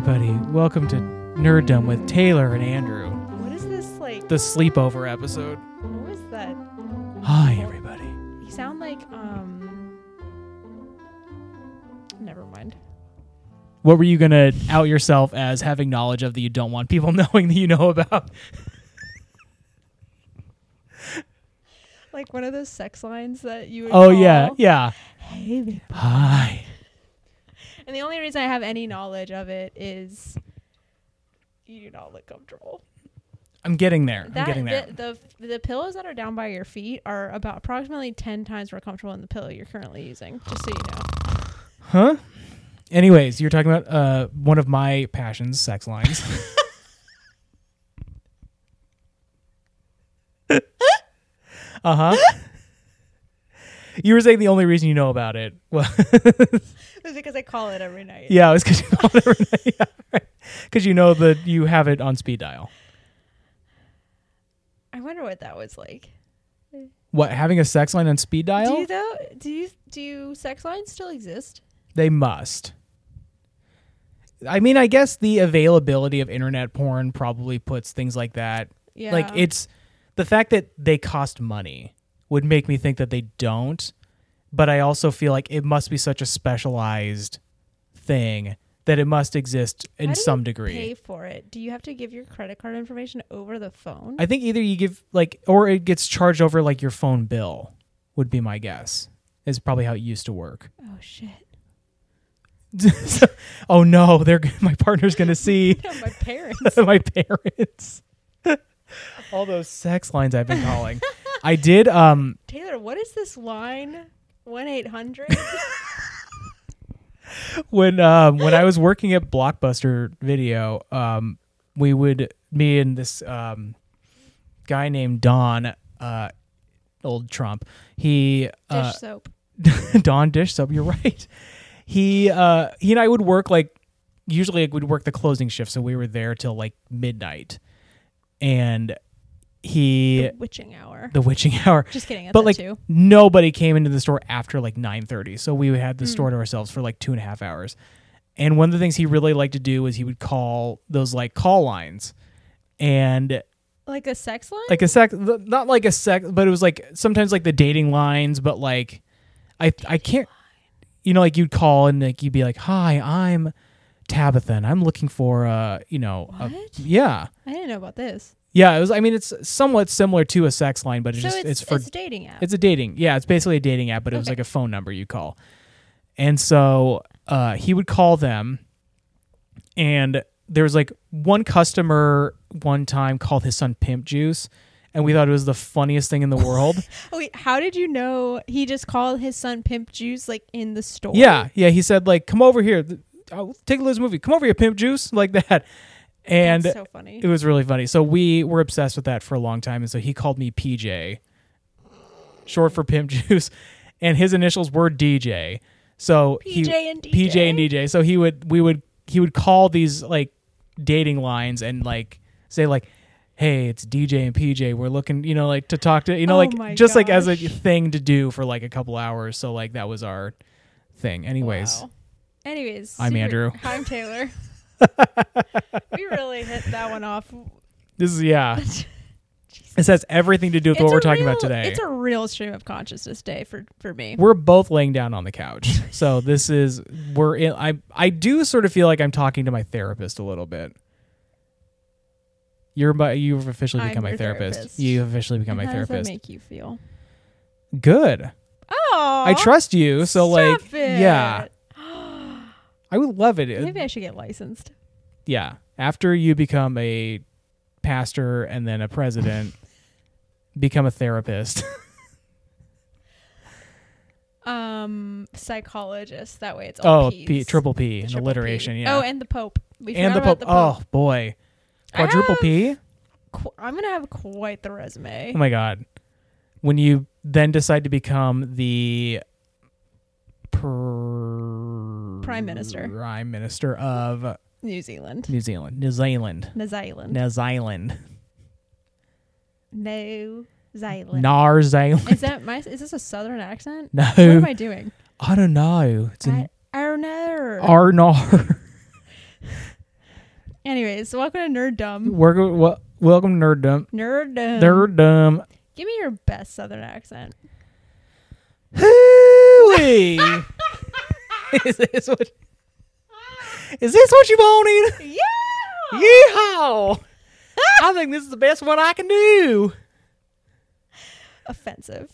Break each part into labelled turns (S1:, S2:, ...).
S1: Welcome to Nerddom with Taylor and Andrew,
S2: What is this like?
S1: the sleepover episode.
S2: what was that?
S1: Hi, everybody.
S2: You sound like um. Never mind.
S1: What were you gonna out yourself as having knowledge of that you don't want people knowing that you know about?
S2: Like one of those sex lines that you. Would
S1: Oh yeah,
S2: call.
S1: yeah.
S2: Hey, babe.
S1: Hi.
S2: And the only reason I have any knowledge of it is you do not look comfortable.
S1: I'm getting there. I'm
S2: That
S1: getting there.
S2: The, the the pillows that are down by your feet are about approximately ten times more comfortable than the pillow you're currently using. Just so you know.
S1: Huh? Anyways, you're talking about uh one of my passions, sex lines. uh huh. You were saying the only reason you know about it. Well,
S2: It's because I call it every night.
S1: yeah, it was because you know it every night. Yeah, right. 'Cause you know that you have it on speed dial.
S2: I wonder what that was like.
S1: What having a sex line on speed dial?
S2: Do you though? Do you do sex lines still exist?
S1: They must. I mean, I guess the availability of internet porn probably puts things like that.
S2: Yeah.
S1: Like it's the fact that they cost money would make me think that they don't, but I also feel like it must be such a specialized thing that it must exist in
S2: How do
S1: some
S2: you
S1: degree.
S2: Pay for it. Do you have to give your credit card information over the phone?
S1: I think either you give like or it gets charged over like your phone bill would be my guess. Is probably how it used to work.
S2: oh shit!
S1: So- oh no, they're my partner's going to see.
S2: No, my parents.
S1: my parents. All those sex lines I've been calling. I did um
S2: Taylor, what is this line? One eight hundred.
S1: when um when I was working at Blockbuster Video, um we would me and this um guy named Don uh old Trump. He uh
S2: Dish soap.
S1: Don Dish Sub, you're right. He uh he and I would work like usually like, we'd work the closing shift, so we were there till like midnight. And he
S2: The witching hour.
S1: the witching hour.
S2: Just kidding. I
S1: but
S2: thought
S1: like
S2: too.
S1: nobody came into the store after like 9.30 so we had the
S2: Hmm.
S1: store to ourselves for like two and a half hours and one of the things he really liked to do was he would call those like call lines and
S2: like a sex line.
S1: like a sec not like a sec but it was like sometimes like the dating lines but like i i can't you know like you'd call and like you'd be like hi i'm tabitha and i'm looking for uh you know a,
S2: What?
S1: yeah
S2: I didn't know about this.
S1: yeah it was i mean it's somewhat similar to a sex line but it's
S2: so
S1: just
S2: it's, it's,
S1: for
S2: dating app.
S1: it's a dating. Yeah, it's basically a dating app, but it was
S2: Okay.
S1: like a phone number you call. And so uh, he would call them, and there was like one customer one time called his son Pimp Juice, and we thought it was the funniest thing in the world.
S2: oh wait, how did you know he just called his son Pimp Juice like in the store?
S1: yeah, yeah. He said like, "Come over here, Th- I'll take a look at this movie. Come over here, Pimp Juice," like that. And
S2: That's so funny.
S1: it was really funny. So we were obsessed with that for a long time, and so he called me PJ, short for Pimp Juice, and his initials were DJ. So he-
S2: PJ and DJ?
S1: PJ and DJ. So he would we would he would call these like dating lines and like say like, hey, it's DJ and PJ. We're looking, you know, like to talk to you know
S2: Oh my
S1: like just like as a
S2: gosh.
S1: thing to do for like a couple hours. So like that was our thing. Anyways,
S2: Wow. Anyways,
S1: I'm
S2: super-
S1: Andrew.
S2: I'm Taylor. we really hit that one off.
S1: this is yeah.
S2: Jesus.
S1: This has everything to do with
S2: It's
S1: what we're
S2: a
S1: talking about
S2: real-
S1: today.
S2: It's a real stream of consciousness day for for me.
S1: we're both laying down on the couch. So this is we're in I I do sort of feel like I'm talking to my therapist a little bit. You're my, you've officially
S2: I'm
S1: become my
S2: your
S1: therapist.
S2: therapist.
S1: You've officially become my
S2: How does
S1: therapist.
S2: that make you feel?
S1: Good.
S2: Oh,
S1: I trust you. So like yeah. I would love it.
S2: Maybe I should get licensed.
S1: yeah. After you become a pastor and then a president, become a therapist.
S2: Um, psychologist. That way, it's all
S1: oh,
S2: Ps.
S1: P, triple P,
S2: The
S1: an
S2: triple
S1: alliteration,
S2: P.
S1: yeah.
S2: Oh, and the Pope. We
S1: And the,
S2: forgot about
S1: pope. Oh boy.
S2: I have-
S1: Quadruple P?
S2: Qu- I'm gonna have quite the resume.
S1: Oh my god. When you then decide to become the per-
S2: Prime Minister,
S1: prime minister of
S2: New Zealand,
S1: New Zealand, New Zealand,
S2: New Zealand,
S1: New Zealand,
S2: New Zealand.
S1: Nar Zealand.
S2: Is that my? Is this a southern accent? What
S1: No,
S2: am I doing?
S1: I don't know. It's an
S2: I, I don't know.
S1: Arnar.
S2: Anyways, so welcome to Nerddom.
S1: We're, wel- welcome to
S2: Um.
S1: Nerddom.
S2: Nerddom.
S1: Nerddom.
S2: Give me your best Southern accent.
S1: Hooey! is, this what, is this what you wanted?
S2: Yeah.
S1: Yeehaw! I think this is the best one I can do.
S2: Offensive.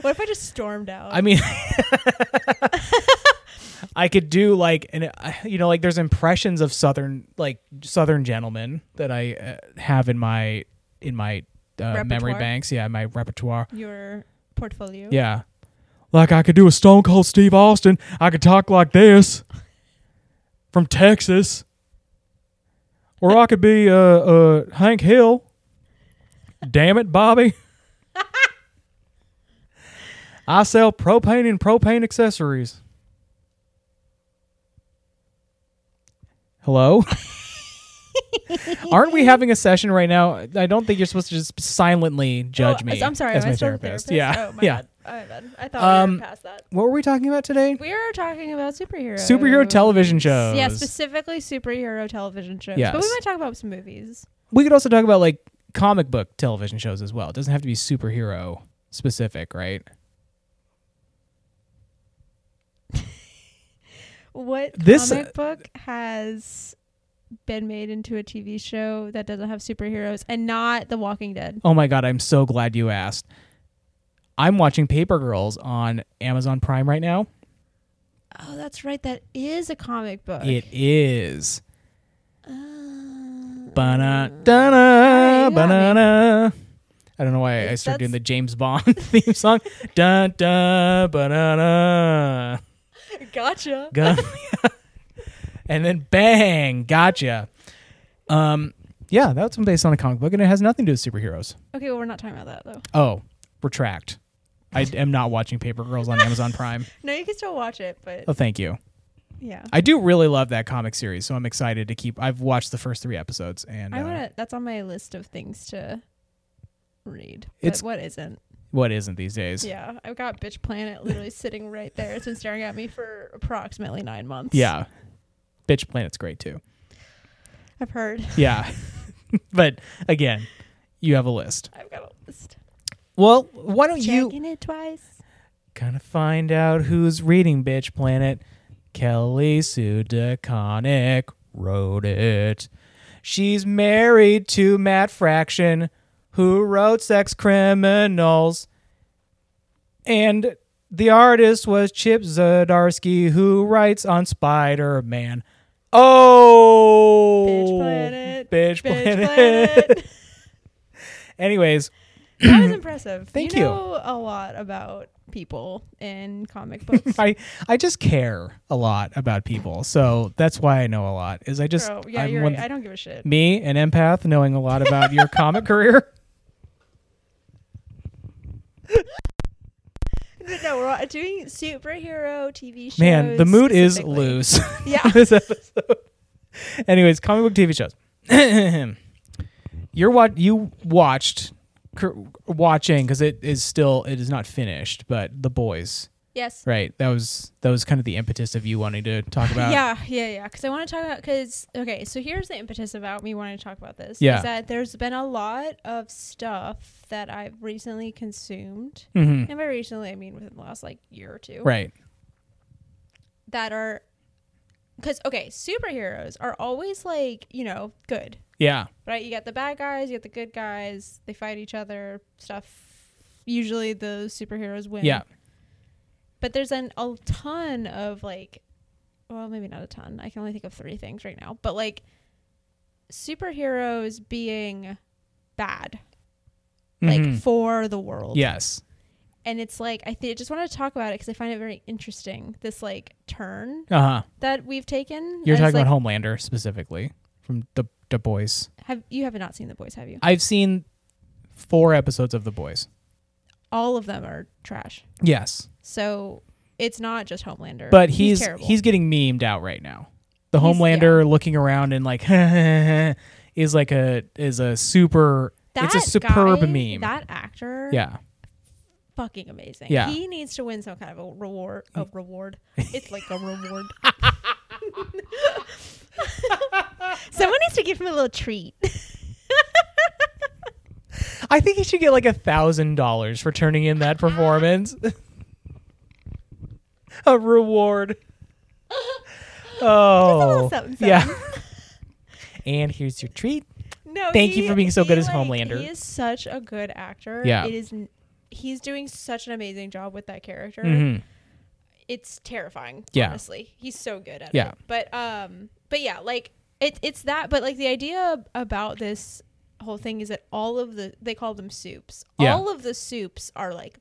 S2: what if I just stormed out?
S1: I mean, I could do like an uh, you know like there's impressions of southern like southern gentlemen that I uh, have in my in my uh, memory
S2: Repertoire.
S1: banks. Yeah, my repertoire.
S2: your portfolio. Oh,
S1: Yeah, like I could do a Stone Cold Steve Austin. I could talk like this from Texas, or I could be uh, uh Hank Hill. Damn it, Bobby. I sell propane and propane accessories. Hello? Aren't we having a session right now? I don't think you're supposed to just silently judge
S2: Oh,
S1: me.
S2: I'm sorry.
S1: as
S2: am I
S1: my
S2: still the
S1: therapist. Yeah.
S2: therapist? Oh, my
S1: yeah.
S2: Bad. Oh, my bad. I thought we
S1: Um,
S2: were past that.
S1: What were we talking about today?
S2: We are talking about superheroes.
S1: Superhero television shows.
S2: Yeah, specifically superhero television shows. But
S1: Yes.
S2: we might talk about some movies.
S1: we could also talk about like comic book television shows as well. It doesn't have to be superhero specific, right?
S2: What
S1: This-
S2: comic book has been made into a TV show that doesn't have superheroes and not The Walking Dead?
S1: Oh my god, I'm so glad you asked. I'm watching Paper Girls on Amazon Prime right now.
S2: Oh, that's right. That is a comic book.
S1: It is.
S2: Uh,
S1: Ba-na,
S2: Alright,
S1: da-na,
S2: you got me.
S1: ba-na-na. I don't know why I started doing
S2: That's-
S1: the James Bond theme song. Dun dun banana.
S2: Gotcha.
S1: Gun. and then bang, gotcha. Um yeah, that's based on a comic book and it has nothing to do with superheroes.
S2: Okay, well, we're not talking about that, though.
S1: Oh, retract. I am not watching Paper Girls on Amazon Prime.
S2: No, you can still watch it, but
S1: Oh, thank you.
S2: yeah.
S1: I do really love that comic series, so I'm excited to keep. I've watched the first three episodes, and
S2: I
S1: uh,
S2: want to. That's on my list of things to read.
S1: It's-
S2: but what isn't?
S1: what isn't these days?
S2: Yeah, I've got Bitch Planet literally sitting right there. It's been staring at me for approximately nine months.
S1: Yeah. Bitch Planet's great too.
S2: I've heard.
S1: Yeah, but again, you have a list.
S2: I've got a list.
S1: Well, why don't you
S2: Checking it twice.
S1: kind of find out who's reading Bitch Planet? Kelly Sue DeConnick wrote it. She's married to Matt Fraction, who wrote Sex Criminals. And the artist was Chip Zdarsky, who writes on Spider Man. Oh!
S2: Bitch Planet.
S1: Bitch,
S2: Bitch
S1: Planet.
S2: Planet.
S1: Anyways,
S2: that was impressive.
S1: Thank you.
S2: you. know a lot about people in comic books.
S1: I I just care a lot about people, so that's why I know a lot. Is I just
S2: Bro, yeah,
S1: I'm
S2: you're
S1: one-
S2: right. I don't give a shit.
S1: me an empath knowing a lot about your comic career.
S2: But no, we're all doing superhero TV shows.
S1: Man, the mood is
S2: specifically.
S1: loose.
S2: Yeah.
S1: this episode. Anyways, comic book TV shows. You're what you watched, cur- watching because it is still it is not finished, but the boys,
S2: Yes.
S1: right? That was that was kind of the impetus of you wanting to talk about.
S2: Yeah, yeah, yeah. Because I want to talk about because okay, so here's the impetus about me wanting to talk about this.
S1: Yeah.
S2: is that there's been a lot of stuff that I've recently consumed,
S1: hmm
S2: and by recently I mean within the last like year or two,
S1: Right.
S2: That are because okay, superheroes are always like you know good,
S1: Yeah.
S2: right? You got the bad guys, you got the good guys. They fight each other, stuff. Usually the superheroes win.
S1: Yeah.
S2: But there's an a ton of like, well, maybe not a ton. I can only think of three things right now. But like, superheroes being bad, like
S1: Mhm.
S2: for the world.
S1: yes.
S2: And it's like I th- just want to talk about it because I find it very interesting. This like turn
S1: Uh huh.
S2: that we've taken.
S1: You're
S2: And it's
S1: talking
S2: like,
S1: about Homelander specifically from the the boys.
S2: have you have not seen the boys? Have you?
S1: I've seen four episodes of the boys.
S2: All of them are trash.
S1: Yes,
S2: So it's not just Homelander.
S1: but he's he's,
S2: terrible.
S1: getting memed out right now. The
S2: He's-
S1: Homelander looking around and like is like a is a super. it's a
S2: That
S1: superb
S2: guy,
S1: meme.
S2: That actor.
S1: yeah,
S2: fucking amazing.
S1: Yeah. Mm.
S2: He needs to win some kind of a reward. A reward. It's like a reward. Someone needs to give him a little treat.
S1: I think he should get like a thousand dollars for turning in that performance. a reward.
S2: a little
S1: Oh,
S2: something,
S1: yeah. and here's your treat.
S2: No.
S1: Thank you
S2: he-
S1: for being so
S2: he,
S1: good as
S2: like,
S1: Homelander.
S2: He is such a good actor.
S1: Yeah.
S2: It is. n- He's doing such an amazing job with that character.
S1: Mhm.
S2: It's terrifying.
S1: Yeah.
S2: Honestly, he's so good at
S1: Yeah.
S2: it. But um, but yeah, like it, it's that. But like the idea about this whole thing is that all of the they call them soups.
S1: Yeah.
S2: All of the soups are like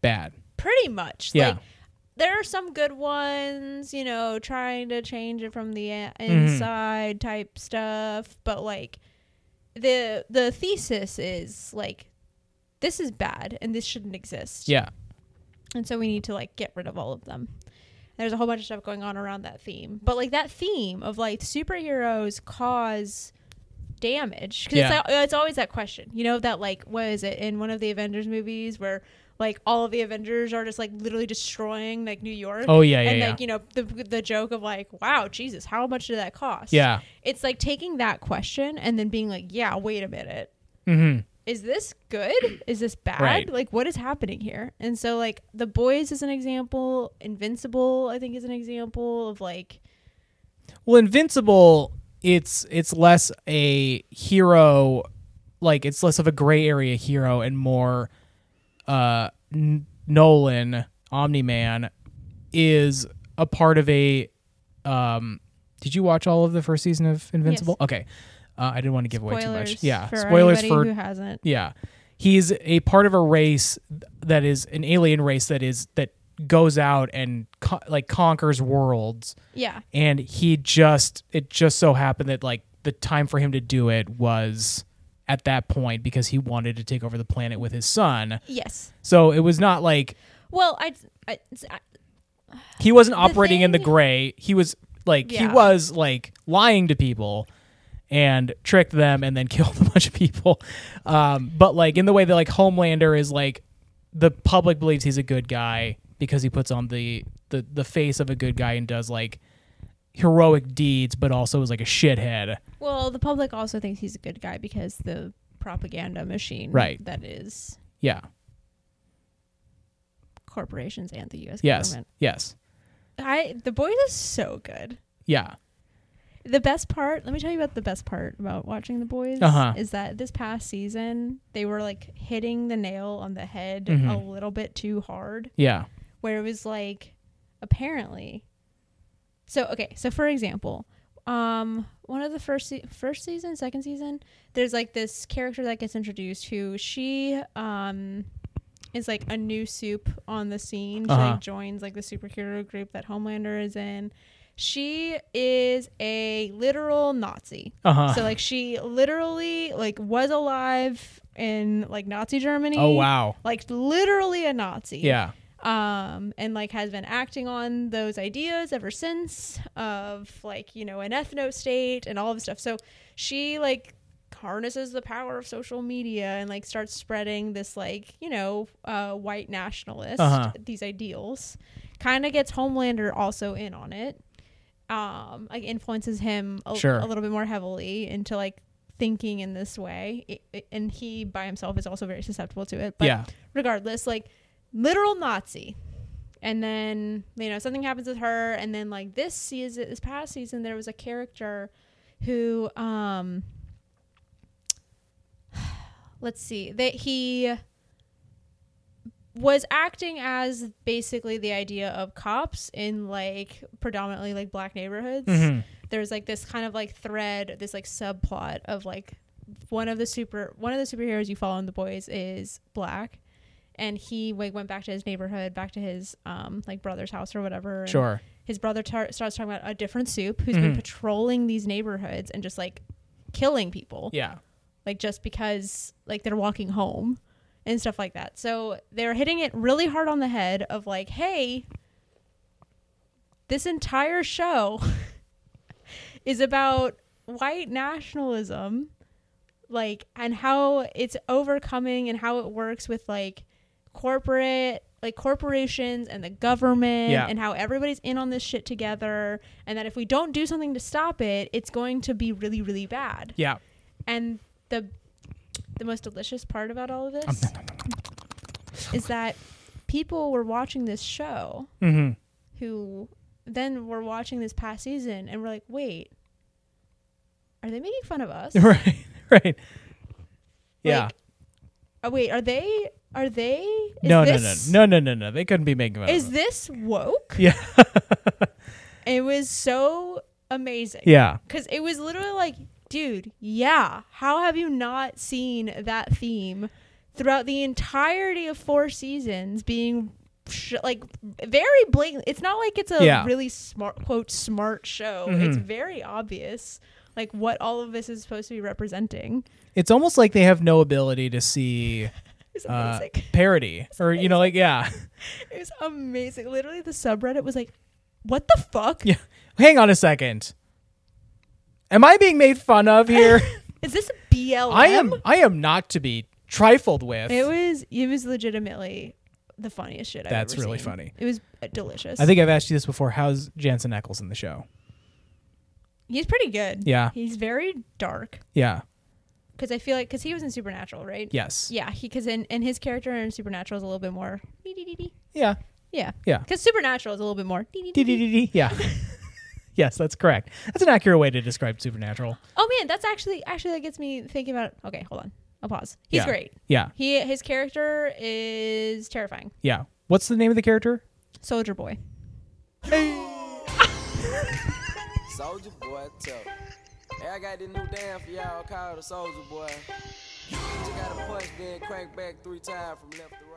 S1: Bad.
S2: pretty much.
S1: Yeah.
S2: Like there are some good ones, you know, trying to change it from the i-
S1: Mm-hmm.
S2: inside type stuff, but like the the thesis is like this is bad and this shouldn't exist.
S1: Yeah.
S2: And so we need to like get rid of all of them. There's a whole bunch of stuff going on around that theme. But like that theme of like superheroes cause damage because
S1: Yeah.
S2: it's, al- it's always that question. You know that like what is it in one of the Avengers movies where like all of the Avengers are just like literally destroying like New York.
S1: Oh yeah, yeah,
S2: and
S1: yeah.
S2: like you know the the joke of like wow Jesus how much did that cost?
S1: yeah.
S2: It's like taking that question and then being like yeah wait a minute
S1: Mm-hmm.
S2: is this good? Is this bad?
S1: Right.
S2: Like, what is happening here? And so, like, The Boys is an example. Invincible, I think, is an example of like,
S1: Well, Invincible, it's it's less a hero, like it's less of a gray area hero and more uh N- Nolan Omni Man is a part of a. um Did you watch all of the first season of Invincible? Okay, uh, I didn't want to give away too much.
S2: spoilers.
S1: Yeah,
S2: for
S1: spoilers
S2: anybody
S1: for
S2: who hasn't.
S1: yeah. He's a part of a race that is an alien race that is that goes out and co- like conquers worlds
S2: Yeah,
S1: and he just it just so happened that like the time for him to do it was at that point because he wanted to take over the planet with his son.
S2: yes.
S1: So it was not like
S2: Well, I, I, I
S1: he wasn't
S2: The
S1: operating in the
S2: thing-
S1: gray. He was like he
S2: Yeah.
S1: was like lying to people and tricked them and then killed a bunch of people. Um, but like in the way that like Homelander is like the public believes he's a good guy because he puts on the the the face of a good guy and does like heroic deeds, but also is like a shithead.
S2: well, the public also thinks he's a good guy because the propaganda machine,
S1: Right.
S2: That is
S1: Yeah.
S2: corporations and the U.S.
S1: Yes.
S2: government.
S1: Yes.
S2: I, The Boys is so good.
S1: Yeah.
S2: The best part, let me tell you about the best part about watching The Boys
S1: Uh-huh.
S2: is that this past season they were like hitting the nail on the head a
S1: Mhm.
S2: little bit too hard,
S1: Yeah.
S2: where it was like apparently. So okay, so for example, um one of the first se- first season, second season, there's like this character that gets introduced who she um is like a new soup on the scene. She
S1: Uh-huh.
S2: like joins like the superhero group that Homelander is in. She is a literal Nazi.
S1: Uh huh.
S2: So like she literally like was alive in like Nazi Germany.
S1: oh wow.
S2: Like literally a Nazi.
S1: Yeah.
S2: Um and like has been acting on those ideas ever since of like, you know, an ethno state and all of this stuff. So she like harnesses the power of social media and like starts spreading this like, you know, uh white nationalist
S1: Uh-huh.
S2: these ideals. Kind of gets Homelander also in on it um like influences him a,
S1: Sure.
S2: a little bit more heavily into like thinking in this way I I- and he by himself is also very susceptible to it but
S1: yeah.
S2: regardless like literal nazi and then you know something happens with her and then like this season this past season there was a character who um let's see that he was acting as basically the idea of cops in like predominantly like black neighborhoods
S1: Mhm.
S2: there's like this kind of like thread, this like subplot of like one of the super one of the superheroes you follow in the boys is black, and he like went back to his neighborhood, back to his um like brother's house or whatever. and
S1: Sure.
S2: His brother tar- starts talking about a different soup who's been
S1: Mhm.
S2: patrolling these neighborhoods and just like killing people
S1: Yeah.
S2: like just because like they're walking home and stuff like that. So they're hitting it really hard on the head of like, hey, this entire show is about white nationalism like and how it's overcoming and how it works with like corporate like corporations and the government
S1: Yeah.
S2: and how everybody's in on this shit together and that if we don't do something to stop it, it's going to be really really bad.
S1: Yeah.
S2: And the the most delicious part about all of this is that people were watching this show
S1: Mm-hmm.
S2: who then were watching this past season and were like, "Wait, are they making fun of us?"
S1: right right yeah
S2: Like, oh, wait, are they? Are they? Is
S1: no no no
S2: this,
S1: no no no no they couldn't be making fun
S2: Is
S1: of it.
S2: this woke?
S1: yeah
S2: It was so amazing.
S1: yeah
S2: Because it was literally like, dude, yeah. How have you not seen that theme throughout the entirety of four seasons being sh- like very blatant? It's not like it's a
S1: Yeah. Mm-hmm.
S2: really smart, quote, smart show. It's very obvious, like, what all of this is supposed to be representing.
S1: it's almost like they have no ability to see
S2: It's
S1: uh,
S2: amazing.
S1: parody or you know like yeah
S2: it was amazing. Literally, the subreddit was like, what the fuck?
S1: yeah hang on a second am i being made fun of here
S2: Is this BLM?
S1: i am i am not to be trifled with
S2: It was it was legitimately the funniest shit I've
S1: That's
S2: ever
S1: really
S2: seen.
S1: funny.
S2: It was uh, delicious.
S1: i think i've asked you this before how's jansen eccles in the show
S2: he's pretty good.
S1: yeah
S2: He's very dark
S1: yeah
S2: because I feel like because he was in Supernatural, right?
S1: yes
S2: Yeah, he because in and his character in Supernatural is a little bit more. dee-dee-dee-dee.
S1: yeah
S2: Yeah.
S1: Yeah.
S2: Because Supernatural is a little bit more. dee-dee-dee-dee.
S1: Dee-dee-dee-dee. yeah yes that's correct that's an accurate way to describe supernatural
S2: Oh man, that's actually actually that gets me thinking about. Okay, hold on. I'll pause. He's
S1: Yeah.
S2: great.
S1: yeah
S2: He his character is terrifying.
S1: yeah what's the name of the character
S2: Soldier Boy.
S3: Soldier boy, tough. Hey, I got this new damn for y'all called the soldier boy. Just gotta punch, then crank back three times from left to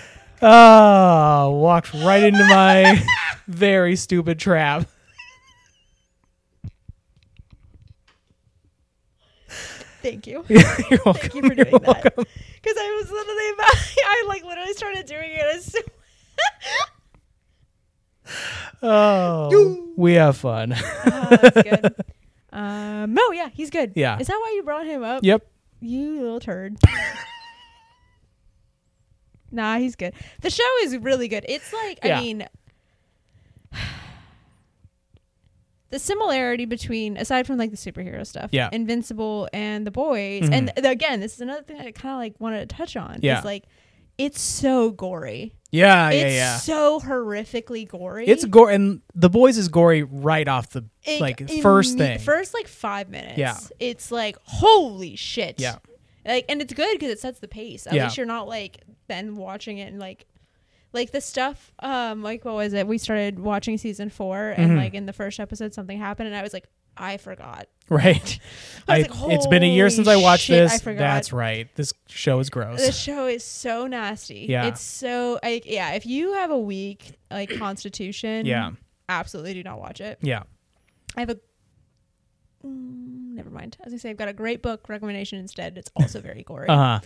S3: right.
S1: Oh, walked right into my very stupid trap.
S2: Thank you.
S1: You're welcome.
S2: Thank you for doing that. Because I was literally about, I like literally started doing it as soon.
S1: Oh, we have fun.
S2: oh, that's good. Um, no, yeah, he's good.
S1: Yeah.
S2: Is that why you brought him up?
S1: yep.
S2: You little turd. nah, he's good. The show is really good. It's like,
S1: Yeah.
S2: I mean, the similarity between, aside from like the superhero stuff,
S1: Yeah.
S2: Invincible and The Boys,
S1: Mhm.
S2: and th- again, this is another thing I kind of like wanted to touch on.
S1: Yeah. Uh,
S2: Is like, it's so gory.
S1: Yeah,
S2: it's
S1: yeah, yeah.
S2: so horrifically gory.
S1: It's gore, and the boys is gory right off the
S2: It-
S1: like
S2: imme-
S1: first thing.
S2: First like five minutes.
S1: Yeah.
S2: It's like holy shit.
S1: Yeah.
S2: Like and it's good because it sets the pace. At
S1: Yeah.
S2: least you're not like then watching it and like like the stuff um like what was it? We started watching season four and
S1: Mhm.
S2: like in the first episode something happened and I was like I forgot.
S1: right.
S2: I
S1: I,
S2: was like,
S1: it's been a year
S2: "Holy
S1: since I watched
S2: shit, I
S1: this.
S2: forgot.
S1: That's right. This show is
S2: The
S1: gross.
S2: show is so nasty.
S1: Yeah.
S2: It's so like yeah, if you have a weak like constitution,
S1: Yeah.
S2: absolutely do not watch it.
S1: yeah.
S2: I have a. Mm, never mind. As I say, I've got a great book recommendation instead. It's also very gory.
S1: Uh huh.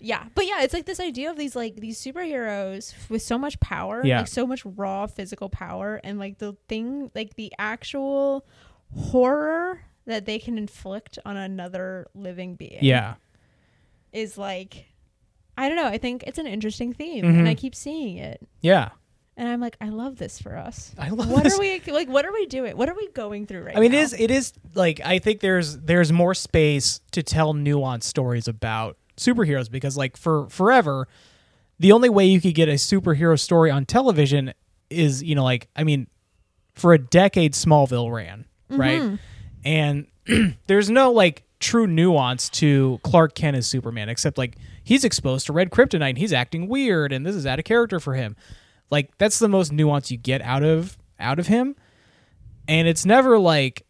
S2: Yeah, but yeah, it's like this idea of these like these superheroes with so much power,
S1: Yeah.
S2: like so much raw physical power, and like the thing, like the actual horror that they can inflict on another living being.
S1: Yeah.
S2: is like, I don't know. I think it's an interesting theme,
S1: Mhm.
S2: and I keep seeing it,
S1: Yeah.
S2: and I'm like, I love this for us.
S1: I love
S2: What
S1: this.
S2: are we like? What are we doing? What are we going through right now?
S1: I mean, it is. It is like I think there's there's more space to tell nuanced stories about superheroes because like for forever, the only way you could get a superhero story on television is you know like I mean, for a decade Smallville ran right, and there's no like true nuance to Clark Kent as Superman except like he's exposed to red kryptonite, and he's acting weird, and this is out of character for him. Like that's the most nuance you get out of out of him and it's never like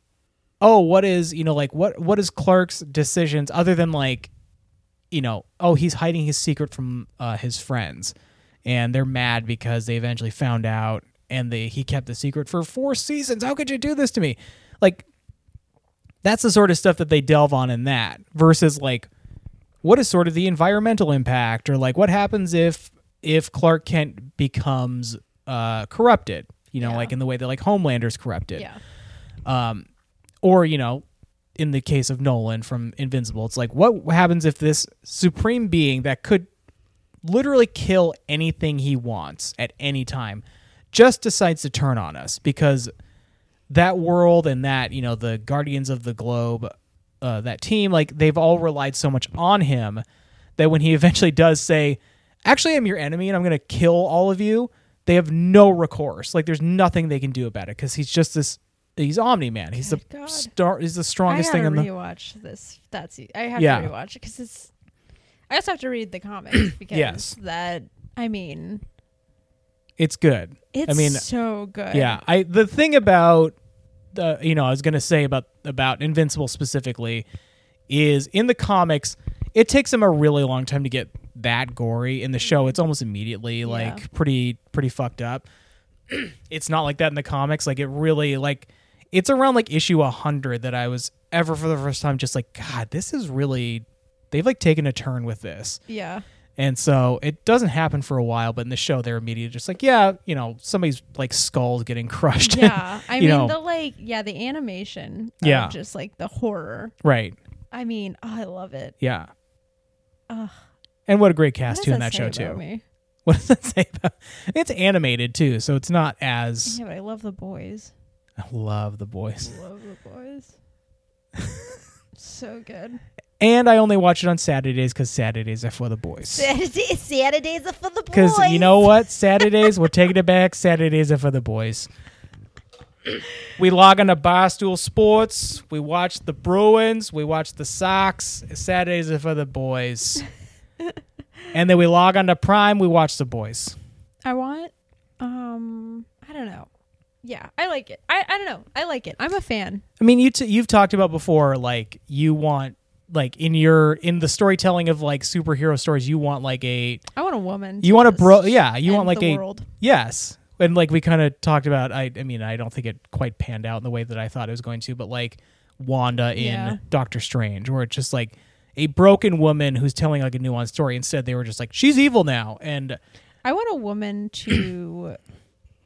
S1: oh what is you know like what what is clark's decisions other than like you know oh he's hiding his secret from uh, his friends and they're mad because they eventually found out and they he kept the secret for four seasons how could you do this to me like that's the sort of stuff that they delve on in that versus like what is sort of the environmental impact or like what happens if if clark kent becomes uh corrupted you know
S2: Yeah.
S1: like in the way that like homelander's corrupted
S2: yeah.
S1: or you know in the case of nolan from invincible it's like what happens if this supreme being that could literally kill anything he wants at any time, just decides to turn on us because that world and that, you know, the Guardians of the Globe, uh, that team, like they've all relied so much on him that when he eventually does say, actually, I'm your enemy and I'm going to kill all of you, they have no recourse. Like there's nothing they can do about it because he's just this. He's Omni Man. He's
S2: Good
S1: the
S2: God.
S1: star. He's the
S2: I
S1: strongest
S2: gotta
S1: thing in the.
S2: rewatch this. That's I have
S1: Yeah.
S2: to rewatch because it's. I also have to read the comics because
S1: Yes.
S2: that I mean
S1: It's good.
S2: it's
S1: I mean,
S2: so good.
S1: Yeah, I the thing about the you know I was gonna say about about Invincible specifically is in the comics it takes him a really long time to get that gory. In the show, it's almost immediately like pretty pretty fucked up. it's not like that in the comics. Like it really like it's around like issue hundred that I was ever for the first time just like God, this is really they've like taken a turn with this.
S2: yeah.
S1: And so it doesn't happen for a while, but in the show, they're immediately just like, yeah, you know, somebody's like skull's getting crushed.
S2: Yeah, I
S1: You
S2: mean
S1: know.
S2: the like, yeah, the animation, of
S1: Yeah.
S2: just like the horror.
S1: right.
S2: I mean, oh, I love it.
S1: Yeah.
S2: Ugh.
S1: And what a great
S2: What
S1: cast
S2: does
S1: too in that
S2: that
S1: show too.
S2: say about me?
S1: What does that say about? It's animated too, so it's not as.
S2: Yeah, but I love the boys.
S1: I love the boys,
S2: Love the boys. so good.
S1: and I only watch it on Saturdays because Saturdays are for the boys.
S2: Saturday, Saturdays are for the boys.
S1: Because you know what, Saturdays we're taking it back. Saturdays are for the boys. We log on to Barstool Sports. We watch the Bruins. We watch the Sox. Saturdays are for the boys. and then we log on to Prime. We watch the boys.
S2: I want. Um, I don't know. Yeah, I like it. I, I don't know. I like it. I'm a fan.
S1: I mean, you t- you've talked about before, like you want like in your in the storytelling of like superhero stories, you want like a
S2: I want a woman.
S1: you want a
S2: just
S1: bro, yeah, you want
S2: end
S1: like
S2: the
S1: a
S2: world.
S1: Yes. And like we kind of talked about, I, I mean, I don't think it quite panned out in the way that I thought it was going to, but like Wanda in
S2: Yeah.
S1: Doctor Strange, where it's just like a broken woman who's telling like a nuanced story. Instead, they were just like, she's evil now. And
S2: I want a woman to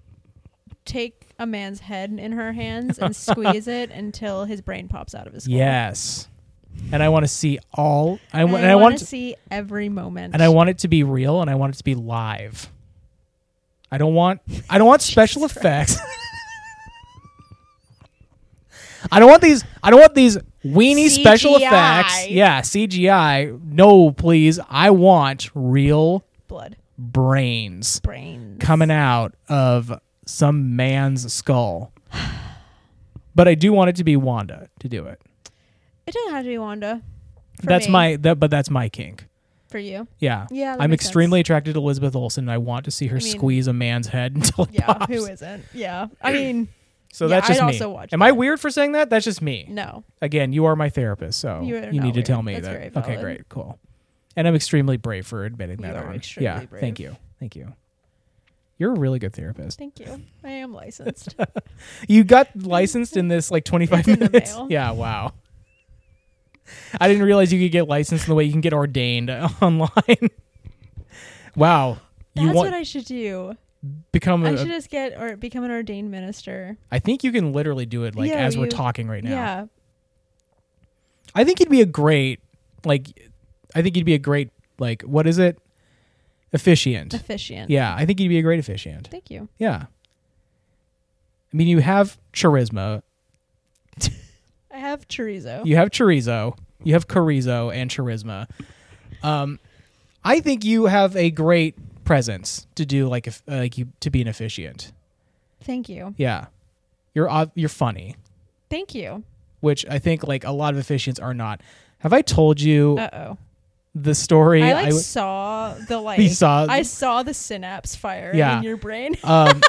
S2: take a man's head in her hands and squeeze it until his brain pops out of his skull.
S1: yes. And I want to see all, I,
S2: And
S1: wa-
S2: I,
S1: and I
S2: want
S1: want,
S2: to
S1: it-
S2: see every moment.
S1: and I want it to be real and I want it to be live. I don't want, I don't want special effects. I don't want these. I don't want these weenie special
S2: CGI.
S1: effects. Yeah, CGI. No, please. I want real
S2: blood,
S1: brains
S2: brains.
S1: coming out of some man's skull. But I do want it to be Wanda to do it.
S2: It doesn't have to be Wanda. For
S1: that's
S2: me.
S1: my. That, but that's my kink.
S2: for you.
S1: Yeah.
S2: Yeah, that
S1: I'm
S2: makes
S1: extremely attracted to Elizabeth Olsen. And I want to see her
S2: I mean-
S1: squeeze a man's head until it
S2: Yeah,
S1: pops.
S2: who isn't? Yeah, I mean,
S1: So
S2: Yeah,
S1: that's
S2: I'd
S1: just me.
S2: also watch
S1: Am
S2: that.
S1: I weird for saying that? That's just me.
S2: no.
S1: again, you are my therapist, so you,
S2: You are
S1: need
S2: not
S1: to tell
S2: weird.
S1: me
S2: That's
S1: that.
S2: very
S1: okay,
S2: valid.
S1: great, cool. And I'm extremely brave for admitting
S2: You
S1: that.
S2: are
S1: on.
S2: extremely
S1: yeah,
S2: brave.
S1: thank you, thank you. You're a really good therapist.
S2: Thank you. I am licensed.
S1: You got licensed in this like 25
S2: It's in the
S1: minutes.
S2: mail.
S1: Yeah, wow. I didn't realize you could get licensed in the way you can get ordained online. wow, you want
S2: That's what I should do.
S1: become? a-
S2: I should just get or become an ordained minister.
S1: I think you can literally do it like
S2: Yeah,
S1: as we're
S2: you-
S1: talking right now.
S2: Yeah.
S1: I think you'd be a great like I think you'd be a great like what is it? Officiant.
S2: Efficient.
S1: Yeah, I think you'd be a great officiant.
S2: Thank you.
S1: Yeah. I mean, you have charisma,
S2: I have chorizo.
S1: you have chorizo, you have chorizo and charisma. Um I think you have a great presence to do like if, uh, like you to be an officiant.
S2: Thank you.
S1: Yeah. You're ob- you're funny,
S2: Thank you.
S1: which I think like a lot of officiants are not. Have I told you
S2: Uh oh.
S1: the story
S2: I like
S1: w-
S2: saw the like.
S1: You saw-
S2: I saw the synapse fire
S1: Yeah.
S2: in your brain.
S1: um,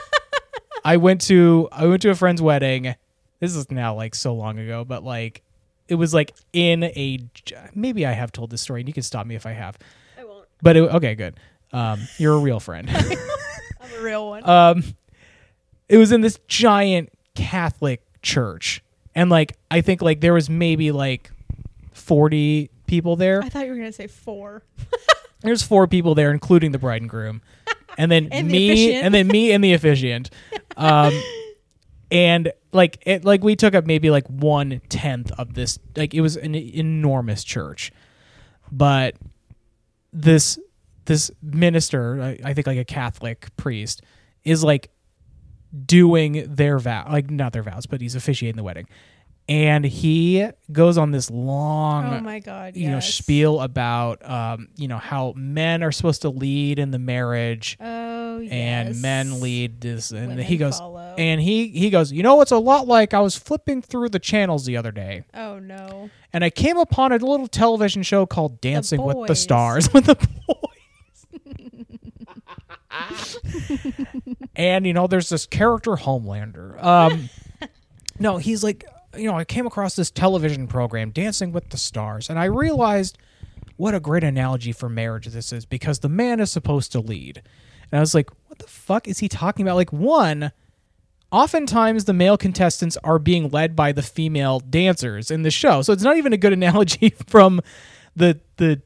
S1: I went to I went to a friend's wedding. This is now like so long ago, but like it was like in a j- maybe I have told this story, and you can stop me if I have.
S2: I won't.
S1: But it, okay, good. Um, you're a real friend.
S2: I'm a real one.
S1: um, it was in this giant Catholic church, and like I think like there was maybe like forty people there.
S2: I thought you were gonna say four.
S1: there's four people there, including the bride and groom, and then
S2: And the
S1: me,
S2: officiant.
S1: and then me and the officiant. Um, and like it, like we took up maybe like one tenth of this. Like it was an enormous church, but this this minister, I, I think like a Catholic priest, is like doing their vow, like not their vows, but he's officiating the wedding, and he goes on this long
S2: oh my god.
S1: you know
S2: yes.
S1: spiel about um, you know how men are supposed to lead in the marriage
S2: Oh yes.
S1: and men lead this and
S2: Women
S1: he goes
S2: follow.
S1: and he he goes you know it's a lot like i was flipping through the channels the other day
S2: Oh no.
S1: and i came upon a little television show called dancing with the
S2: Boys.
S1: stars with the boys and you know there's this character homelander um no he's like you know i came across this television program dancing with the stars and i realized what a great analogy for marriage this is because the man is supposed to lead. And I was like, what the fuck is he talking about? Like, one, oftentimes the male contestants are being led by the female dancers in the show. So it's not even a good analogy from the, the,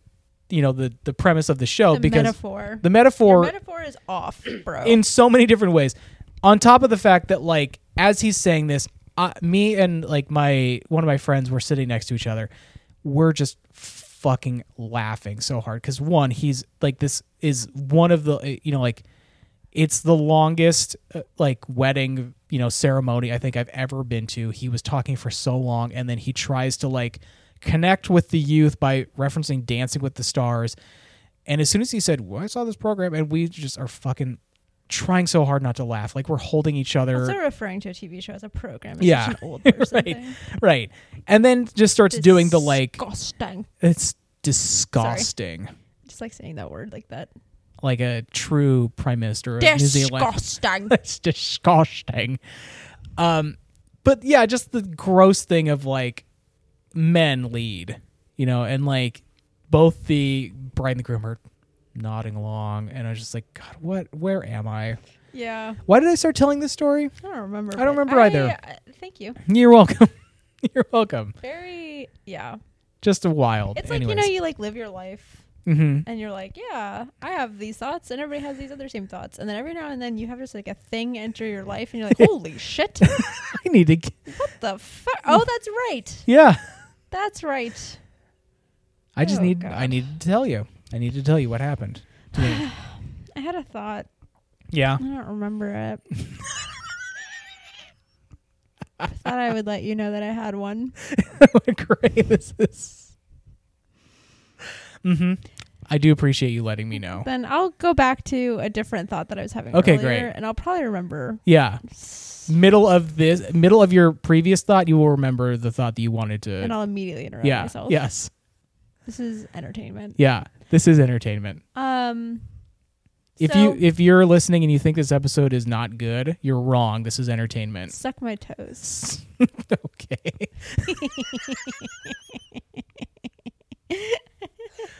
S1: you know, the, the premise of the show
S2: The
S1: because
S2: metaphor.
S1: the
S2: Your
S1: metaphor
S2: metaphor is off, bro.
S1: in so many different ways. On top of the fact that, like, as he's saying this, I, me and like my one of my friends were sitting next to each other. We're just fucking laughing so hard because one, he's like, this is one of the uh, you know like, it's the longest uh, like wedding you know ceremony I think I've ever been to. He was talking for so long, and then he tries to like connect with the youth by referencing Dancing with the Stars. And as soon as he said, well, I saw this program, and we just are fucking trying so hard not to laugh. Like we're holding each other.
S2: also referring to a TV show as a program. It's
S1: Yeah.
S2: just an old person
S1: right.
S2: thing.
S1: Right. And then just starts doing the like,
S2: Disgusting.
S1: it's disgusting.
S2: Just like saying that word like that.
S1: Like a true prime minister of New Zealand.
S2: Disgusting.
S1: That's disgusting. Um, but yeah, just the gross thing of like men lead, you know, and like both the bride and the groom are nodding along. And I was just like, God, what, where am I?
S2: yeah.
S1: Why did I start telling this story?
S2: I don't remember.
S1: I don't
S2: but
S1: remember either.
S2: I- uh, thank you.
S1: You're welcome. You're welcome.
S2: Very. Yeah.
S1: Just a wild.
S2: It's
S1: Anyways.
S2: like you know you like live your life
S1: mm-hmm.
S2: and you're like yeah I have these thoughts and everybody has these other same thoughts and then every now and then you have just like a thing enter your life and you're like holy shit
S1: I need to. g-
S2: what the fuck oh that's right
S1: Yeah.
S2: that's right
S1: I just
S2: Oh,
S1: need.
S2: God.
S1: I need to tell you. I need to tell you what happened. to me.
S2: I had a thought
S1: yeah.
S2: I don't remember it. I thought I would let you know that I had one.
S1: Great. This is. Mm-hmm. I do appreciate you letting me know.
S2: Then I'll go back to a different thought that I was having.
S1: Okay,
S2: earlier,
S1: great.
S2: And I'll probably remember.
S1: Yeah. Middle of this, middle of your previous thought, you will remember the thought that you wanted to.
S2: And I'll immediately interrupt
S1: yeah.
S2: myself.
S1: Yes.
S2: This is entertainment.
S1: Yeah. This is entertainment.
S2: Um.
S1: If
S2: so,
S1: you if you're listening and you think this episode is not good, you're wrong. This is entertainment.
S2: suck my toes.
S1: okay.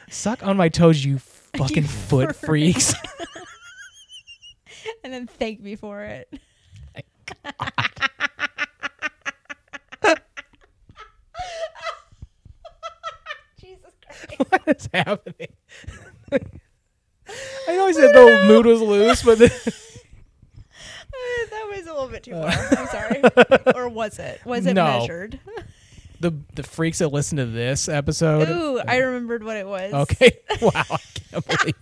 S1: Suck on my toes, you fucking foot freaks.
S2: And then thank me for it. Jesus Christ.
S1: what is happening? I always said the mood was loose, but the,
S2: Uh, that was a little bit too far. I'm sorry. or was it? Was it
S1: No.
S2: measured?
S1: the the freaks that listen to this episode.
S2: Ooh, I remembered what it was.
S1: Okay. Wow, I can't believe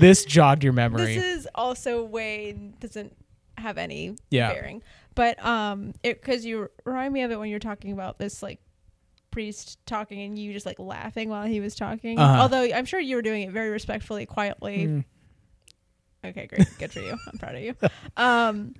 S1: this jogged your
S2: This
S1: memory.
S2: is also way doesn't have any
S1: Yeah.
S2: bearing. But um it cuz you remind me of it when you're talking about this like priest talking and you just like laughing while he was talking.
S1: Uh-huh. Mm.
S2: Although I'm sure you were doing it very respectfully, quietly. Okay, great. Good for you. I'm proud of you. Um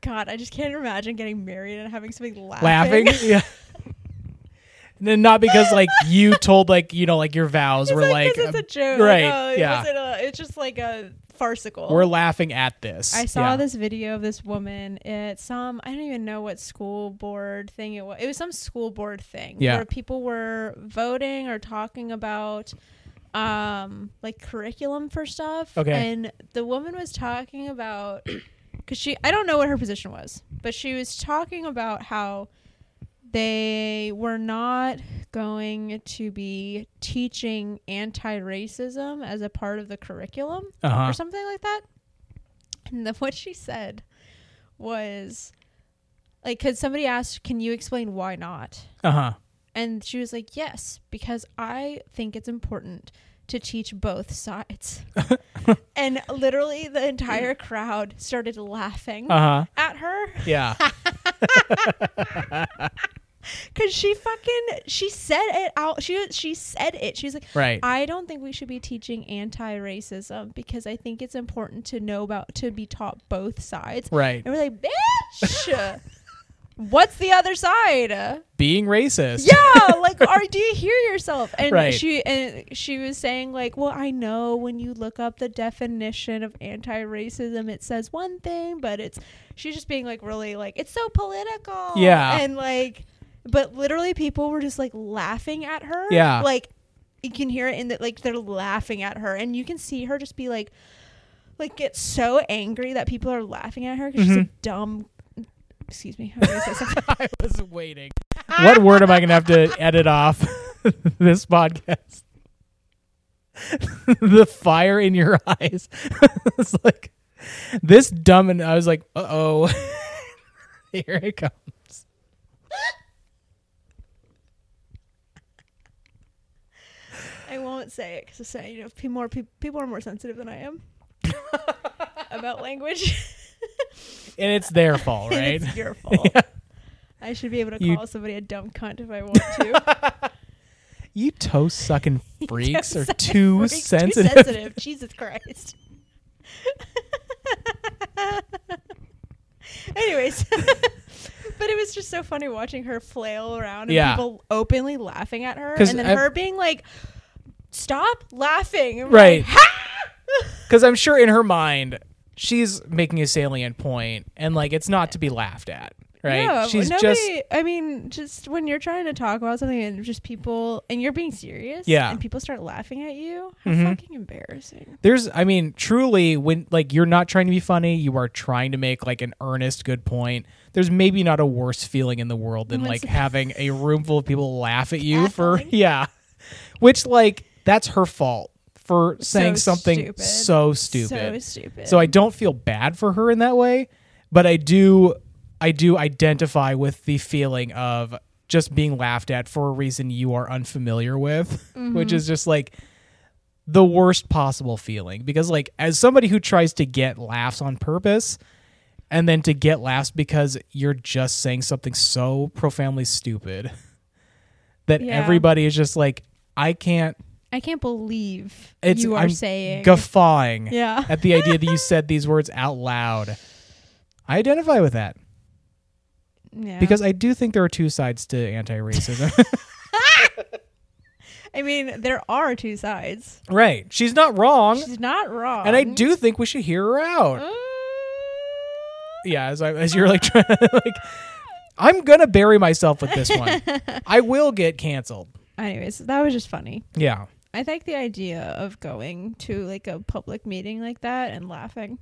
S2: God, I just can't imagine getting married and having somebody
S1: Laughing, yeah. And then not because like you told like you know like your vows
S2: It's
S1: were
S2: like,
S1: like, um,
S2: 'cause it's a joke.
S1: right,
S2: No, it
S1: yeah.
S2: wasn't a- it's just like a farcical.
S1: we're laughing at this.
S2: I saw
S1: Yeah.
S2: this video of this woman at some I don't even know what school board thing it was. It was some school board thing
S1: Yeah.
S2: where people were voting or talking about um like curriculum for stuff.
S1: Okay.
S2: And the woman was talking about because she I don't know what her position was, but she was talking about how they were not going to be teaching anti-racism as a part of the curriculum
S1: Uh-huh.
S2: or something like that. And then what she said was like cuz somebody asked, "Can you explain why not?"
S1: Uh huh.
S2: And she was like, "Yes, because I think it's important to teach both sides. and literally the entire crowd started laughing
S1: Uh huh.
S2: at her
S1: Yeah.
S2: cuz she fucking she said it out she she said it. She's like
S1: Right.
S2: I don't think we should be teaching anti-racism because I think it's important to know about to be taught both sides.
S1: Right.
S2: And we're like, "Bitch, what's the other side?"
S1: Being racist.
S2: yeah like are do you hear yourself and
S1: Right.
S2: she and she was saying like well i know when you look up the definition of anti-racism it says one thing but it's she's just being like really like it's so political
S1: Yeah.
S2: and like but literally people were just like laughing at her
S1: Yeah.
S2: like you can hear it in that like they're laughing at her and you can see her just be like like get so angry that people are laughing at her because she's a
S1: Mm-hmm.
S2: dumb excuse me I'm gonna say something.
S1: I was waiting. What word am I going to have to edit off this podcast? the fire in your eyes. it's like this dumb and I was like, "Uh oh, here it comes."
S2: I won't say it because I you know pe- more pe- people are more sensitive than I am about language.
S1: And it's their fault,
S2: And
S1: right?
S2: it's your fault. I should be able to call
S1: You-
S2: somebody a dumb cunt if I want to.
S1: you toe sucking freaks
S2: Don't
S1: are
S2: say
S1: too
S2: freaks,
S1: sensitive.
S2: Too sensitive. Jesus Christ. Anyways, but it was just so funny watching her flail around and
S1: Yeah.
S2: people openly laughing at her,
S1: 'Cause
S2: and then
S1: I've-
S2: her being like, "Stop laughing!" And we're
S1: Right.
S2: like,
S1: Because I'm sure in her mind, she's making a salient point, and like it's not to be laughed at, right?
S2: No,
S1: she's
S2: nobody,
S1: just
S2: I mean, just when you're trying to talk about something and just people and you're being serious,
S1: Yeah.
S2: and people start laughing at you, how
S1: Mhm.
S2: fucking embarrassing.
S1: there's i mean truly when like you're not trying to be funny you are trying to make like an earnest good point there's maybe not a worse feeling in the world than
S2: When
S1: like
S2: s-
S1: having a room full of people laugh at you for
S2: Cackling.
S1: yeah which like that's her fault for saying something
S2: stupid.
S1: so
S2: So
S1: stupid
S2: stupid.
S1: so i don't feel bad for her in that way but i do i do identify with the feeling of just being laughed at for a reason you are unfamiliar with which is just like the worst possible feeling because like as somebody who tries to get laughs on purpose and then to get laughs because you're just saying something so profoundly stupid that
S2: Yeah.
S1: everybody is just like i can't
S2: I can't believe
S1: it's
S2: you are
S1: I'm
S2: saying.
S1: guffawing
S2: yeah.
S1: at the idea that you said these words out loud i identify with that
S2: yeah.
S1: because i do think there are two sides to anti-racism
S2: I mean, there are two sides.
S1: right she's not wrong
S2: She's Uh. not wrong. Mm.
S1: and i do think we should hear her out yeah, as I, as you're like trying to like I'm gonna bury myself with this one. I will get canceled.
S2: Anyways, that was just funny.
S1: Yeah.
S2: I like the idea of going to like a public meeting like that and laughing.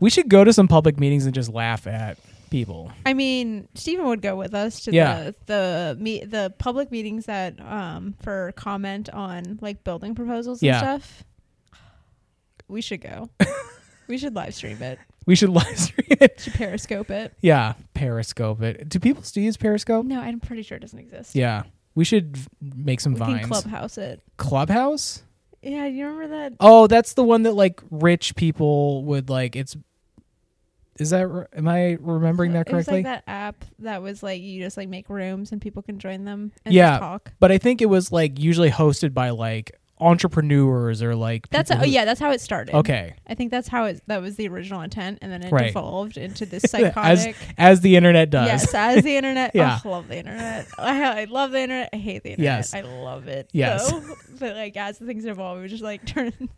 S1: We should go to some public meetings and just laugh at people.
S2: I mean, Stephen would go with us to
S1: Yeah.
S2: the the meet the public meetings that um for comment on like building proposals
S1: Yeah.
S2: and stuff. We should go. we should live stream it.
S1: We should live stream it.
S2: Should Periscope it.
S1: Yeah. Periscope it. Do people still use Periscope?
S2: No, I'm pretty sure it doesn't exist.
S1: Yeah. We should v- make some
S2: we
S1: vines.
S2: can clubhouse it.
S1: Clubhouse?
S2: Yeah, you remember that?
S1: Oh, that's the one that like rich people would like it's is that r- am I remembering that
S2: it was
S1: correctly?
S2: like that app that was like you just like make rooms and people can join them and
S1: Yeah.
S2: just talk.
S1: But I think it was like usually hosted by like entrepreneurs or like
S2: That's
S1: people
S2: oh
S1: who-
S2: yeah, that's how it started.
S1: Okay.
S2: I think that's how it that was the original intent, and then it
S1: Right.
S2: evolved into this
S1: as
S2: psychotic.
S1: as the internet does.
S2: Yes, as the internet.
S1: Yeah.
S2: oh, love the internet. I, I love the internet. I hate the internet.
S1: Yes.
S2: I love it.
S1: Yes.
S2: Though. But like as the things evolve, we just like turn.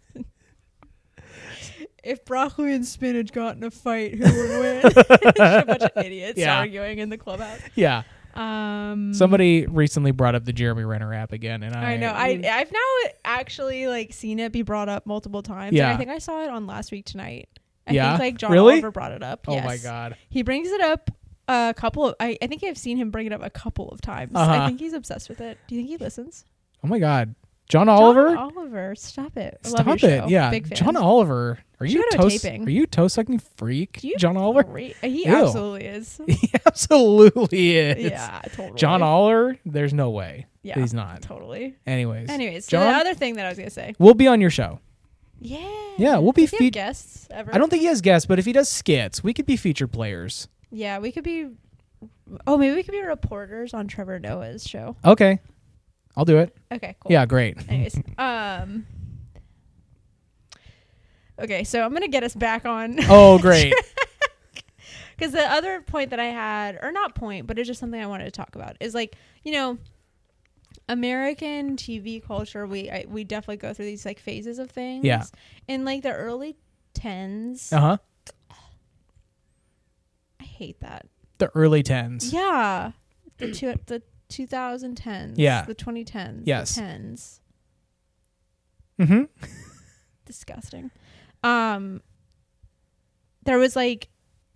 S2: if broccoli and spinach got in a fight, who would win? Just a bunch of idiots
S1: Yeah.
S2: arguing in the clubhouse.
S1: Yeah.
S2: Um.
S1: Somebody recently brought up the Jeremy Renner app again, and I,
S2: I know. I I've now actually like seen it be brought up multiple times. And
S1: Yeah.
S2: I think I saw it on last week tonight. I
S1: Yeah?
S2: think like John
S1: Really?
S2: Oliver brought it up.
S1: oh
S2: yes.
S1: my god.
S2: He brings it up a couple of. I, I think I've seen him bring it up a couple of times.
S1: Uh-huh.
S2: I think he's obsessed with it. Do you think he listens?
S1: Oh my god. John Oliver.
S2: John Oliver, stop it. I love
S1: Stop it.
S2: your show.
S1: Yeah.
S2: Big fan.
S1: John Oliver. Are
S2: Should
S1: you
S2: go to a
S1: toe
S2: taping.
S1: Are you toe sucking freak?
S2: You-
S1: John Oliver.
S2: Great. He
S1: Ew.
S2: absolutely is.
S1: He absolutely is.
S2: yeah, totally.
S1: John Oliver. There's no way.
S2: Yeah.
S1: He's not.
S2: Totally.
S1: Anyways.
S2: Anyways, so
S1: John,
S2: the other thing that I was gonna say.
S1: we'll be on your show.
S2: Yeah.
S1: Yeah, we'll be
S2: Does he have
S1: feat-
S2: guests ever.
S1: I don't think he has guests, but if he does skits, we could be featured players.
S2: Yeah, we could be. Oh, maybe we could be reporters on Trevor Noah's show.
S1: Okay. I'll do it.
S2: Okay, cool.
S1: Yeah, great.
S2: Anyways, um. Okay, so I'm gonna get us back on
S1: Oh, great.
S2: because the other point that I had, or not point, but it's just something I wanted to talk about is like you know, American TV culture. We I, we definitely go through these like phases of things.
S1: Yeah.
S2: In like the early tens,
S1: Uh huh.
S2: I hate that.
S1: The early 10s.
S2: Yeah. The two the 2010s.
S1: Yeah.
S2: The 2010s.
S1: Yes.
S2: The 10s.
S1: Mm-hmm.
S2: Disgusting. Um there was like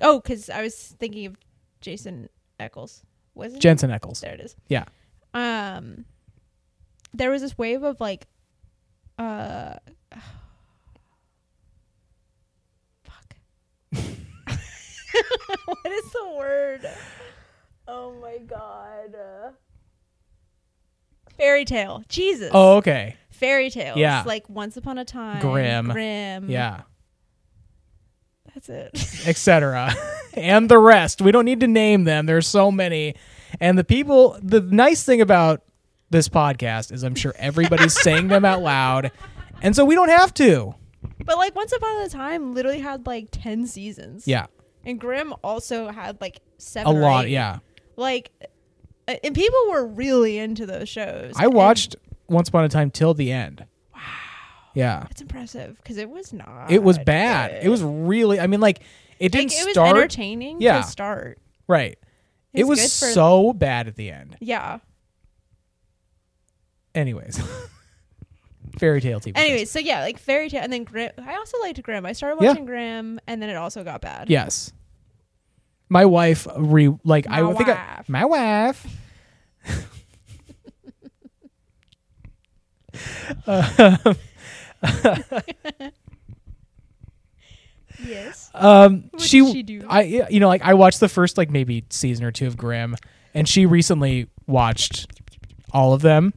S2: oh cuz I was thinking of Jason Eccles. Was it?
S1: Jensen Eccles.
S2: there it is.
S1: Yeah.
S2: Um there was this wave of like uh fuck. what is the word? Oh my god. Uh, fairy tale. Jesus.
S1: Oh, okay.
S2: Fairy tales.
S1: Yeah.
S2: Like once upon a time.
S1: Grimm.
S2: Grim.
S1: Yeah.
S2: That's it.
S1: etc. and the rest. We don't need to name them. There's so many. And the people, the nice thing about this podcast is I'm sure everybody's saying them out loud. And so we don't have to.
S2: but like once upon a time literally had like 10 seasons.
S1: Yeah.
S2: And Grimm also had like
S1: A
S2: seven. or
S1: lot.
S2: eight.
S1: Yeah.
S2: Like, uh, and people were really into those shows.
S1: I
S2: and
S1: watched Once Upon a Time till the end. Wow. Yeah.
S2: That's impressive because it was not.
S1: It was bad. It was really, I mean, like, it
S2: Like,
S1: didn't
S2: it was
S1: start.
S2: entertaining
S1: Yeah.
S2: to start.
S1: right.
S2: It
S1: It was
S2: was good for-
S1: so bad at the end.
S2: Yeah.
S1: Anyways. Fairy tale TV. shows.
S2: Anyways, so yeah, like fairy tale, and then Grimm. I also liked Grimm. I started
S1: Yeah.
S2: watching Grimm, and then it also got bad.
S1: Yes. My wife re like I
S2: My
S1: think I,
S2: wife.
S1: my wife. Uh,
S2: Yes.
S1: um
S2: What
S1: she,
S2: did she do?
S1: I you know like I watched the first like maybe season or two of Grimm and she recently watched all of them.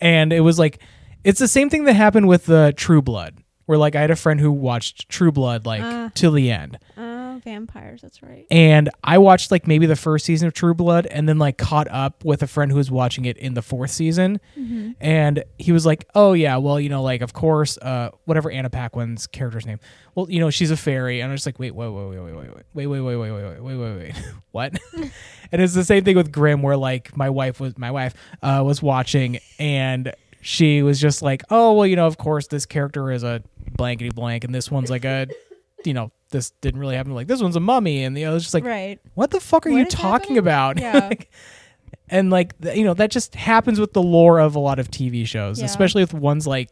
S1: And it was like it's the same thing that happened with the True Blood where like I had a friend who watched True Blood like
S2: Ah.
S1: till the end.
S2: Oh, vampires. That's right.
S1: and I watched like maybe the first season of True Blood and then like caught up with a friend who was watching it in the fourth season. And he was like, Oh, yeah, well, you know, like, of course, uh, whatever Anna Paquin's character's name. Well, you know, she's a fairy. And I was just like, Wait, wait, wait, wait, wait, wait, wait, wait, wait, wait, wait, wait, wait, wait, wait, wait, what? and it's the same thing with Grimm, where like my wife was, my wife uh, was watching and she was just like, Oh, well, you know, of course, this character is a blankety blank and this one's like a, you know, this didn't really happen. Like, this one's a mummy. And the other's just like,
S2: right.
S1: what the fuck are
S2: What
S1: you
S2: is
S1: talking
S2: happening?
S1: about?
S2: Yeah.
S1: and like th- you know that just happens with the lore of a lot of TV shows,
S2: Yeah.
S1: especially with ones like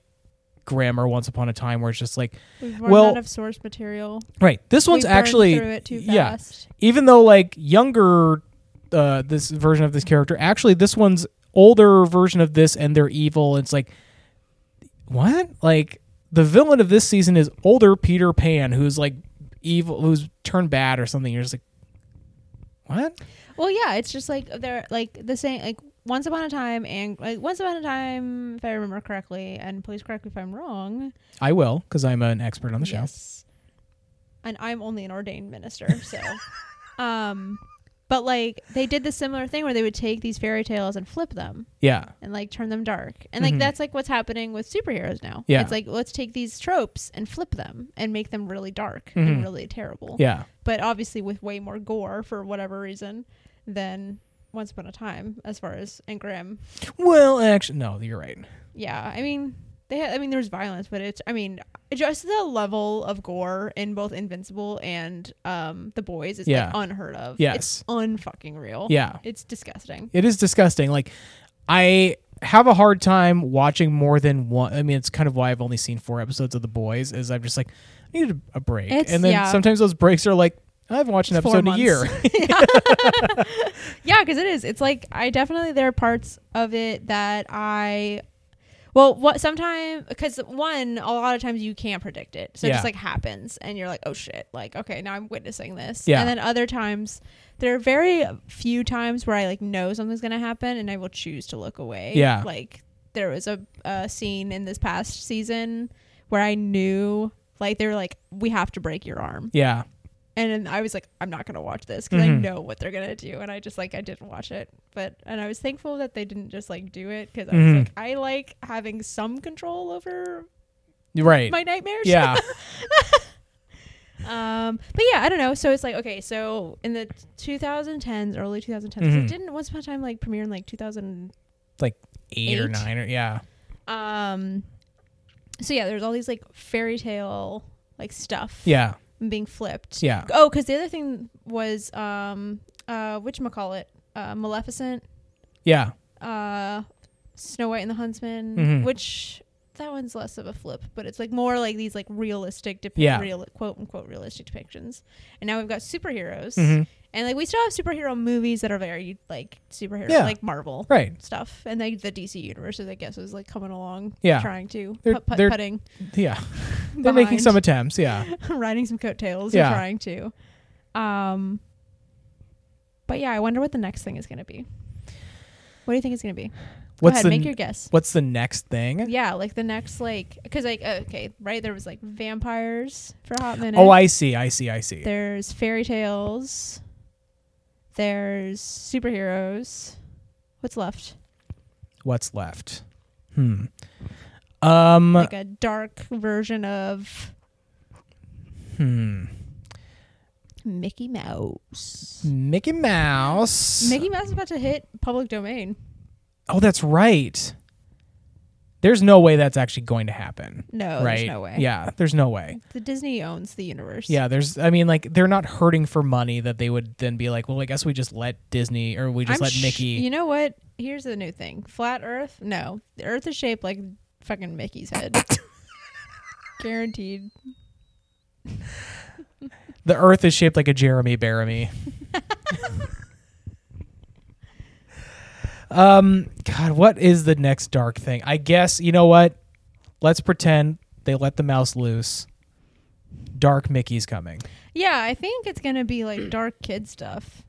S1: Grammar Once Upon a Time, where it's just like,
S2: We've run
S1: Well-
S2: out of source material.
S1: right, this one's
S2: we burned
S1: actually
S2: through it too
S1: yeah.
S2: fast.
S1: Even though like younger, uh, this version of this character, actually this one's older version of this, and they're evil. It's like, what? Like the villain of this season is older Peter Pan, who's like evil, who's turned bad or something. You're just like, what?
S2: Well, yeah, it's just like they're like the same like once upon a time and like once upon a time, if I remember correctly, and please correct me if I'm wrong.
S1: I will, because I'm an expert on the show.
S2: Yes. And I'm only an ordained minister, so um but like they did the similar thing where they would take these fairy tales and flip them
S1: Yeah.
S2: and like turn them dark. And like
S1: Mhm.
S2: that's like what's happening with superheroes now.
S1: Yeah.
S2: It's like let's take these tropes and flip them and make them really dark
S1: Mhm.
S2: and really terrible.
S1: Yeah.
S2: but obviously with way more gore for whatever reason than Once Upon a Time, as far as and Grimm.
S1: Well, actually, no, you're right.
S2: Yeah, I mean they had, I mean there was violence, but it's I mean just the level of gore in both Invincible and um the boys is
S1: Yeah.
S2: like unheard of.
S1: Yes.
S2: it's unfucking real.
S1: Yeah.
S2: it's disgusting.
S1: It is disgusting. Like, I have a hard time watching more than one. I mean, it's kind of why I've only seen four episodes of The Boys. Is I'm just like, I need a break,
S2: It's-
S1: and then
S2: yeah.
S1: sometimes those breaks are like, I haven't watched an
S2: Four
S1: episode in a
S2: months.
S1: year.
S2: Yeah, because it is. It's like I definitely there are parts of it that I Well, what sometime because one a lot of times you can't predict it, so it
S1: Yeah.
S2: just like happens, and you're like, oh shit, like okay, now I'm witnessing this.
S1: Yeah.
S2: And then other times, there are very few times where I like know something's gonna happen, and I will choose to look away.
S1: Yeah.
S2: Like there was a, a scene in this past season where I knew like they were like, we have to break your arm,
S1: Yeah.
S2: and then I was like, I'm not gonna watch this because I
S1: Mhm.
S2: know what they're gonna do, and I just like I didn't watch it, but and I was thankful that they didn't just like do it because I
S1: Mhm.
S2: was like I like having some control over
S1: You're Right.
S2: my nightmares.
S1: yeah.
S2: Um. But yeah, I don't know. So it's like okay, so in the 2010s, early 2010s, 'cause
S1: Mhm.
S2: it didn't once upon a time like premiere in like 2000.
S1: Eight or
S2: Eight?
S1: nine or yeah.
S2: Um. So yeah, there's all these like fairy tale like stuff.
S1: Yeah.
S2: Being flipped.
S1: Yeah.
S2: Oh, because the other thing was um uh which call it uh Maleficent
S1: Yeah.
S2: uh Snow White and the Huntsman,
S1: Mhm.
S2: which that one's less of a flip, but it's like more like these like realistic depi-
S1: Yeah.
S2: real quote unquote realistic depictions. And now we've got superheroes.
S1: Mhm.
S2: And like we still have superhero movies that are very like superhero
S1: Yeah.
S2: like Marvel
S1: Right.
S2: stuff. And like the DC universe is I guess is like coming along
S1: Yeah.
S2: trying to
S1: They're-
S2: put, put,
S1: they're-
S2: putting
S1: Yeah. They're making
S2: behind.
S1: some attempts. Yeah.
S2: riding some coattails
S1: Yeah.
S2: and trying to. Um, but yeah, I wonder what the next thing is going to be. What do you think it's going to be?
S1: What's
S2: Go ahead,
S1: the
S2: make your guess.
S1: What's the next thing?
S2: Yeah, like the next like because like uh, okay, right? There was like vampires for a hot minute.
S1: Oh, I see. I see. I see.
S2: There's fairy tales. There's superheroes. What's left?
S1: What's left? Hmm. Um.
S2: Like a dark version of
S1: hmm.
S2: Mickey Mouse.
S1: Mickey Mouse.
S2: Mickey Mouse is about to hit public domain.
S1: oh, that's right. There's no way that's actually going to happen.
S2: No,
S1: right?
S2: Oh, there's no way.
S1: Yeah. There's no way.
S2: The Disney owns the universe.
S1: Yeah, there's. I mean, like they're not hurting for money that they would then be like, well, I guess we just let Disney or we just
S2: I'm
S1: let
S2: sh-
S1: Mickey.
S2: You know what? Here's the new thing. Flat Earth? No. The Earth is shaped like fucking Mickey's head. Guaranteed.
S1: the Earth is shaped like a Jeremy Baramy. um, God, what is the next dark thing? I guess you know what. Let's pretend they let the mouse loose. Dark Mickey's coming.
S2: Yeah, I think it's gonna be like dark kid stuff.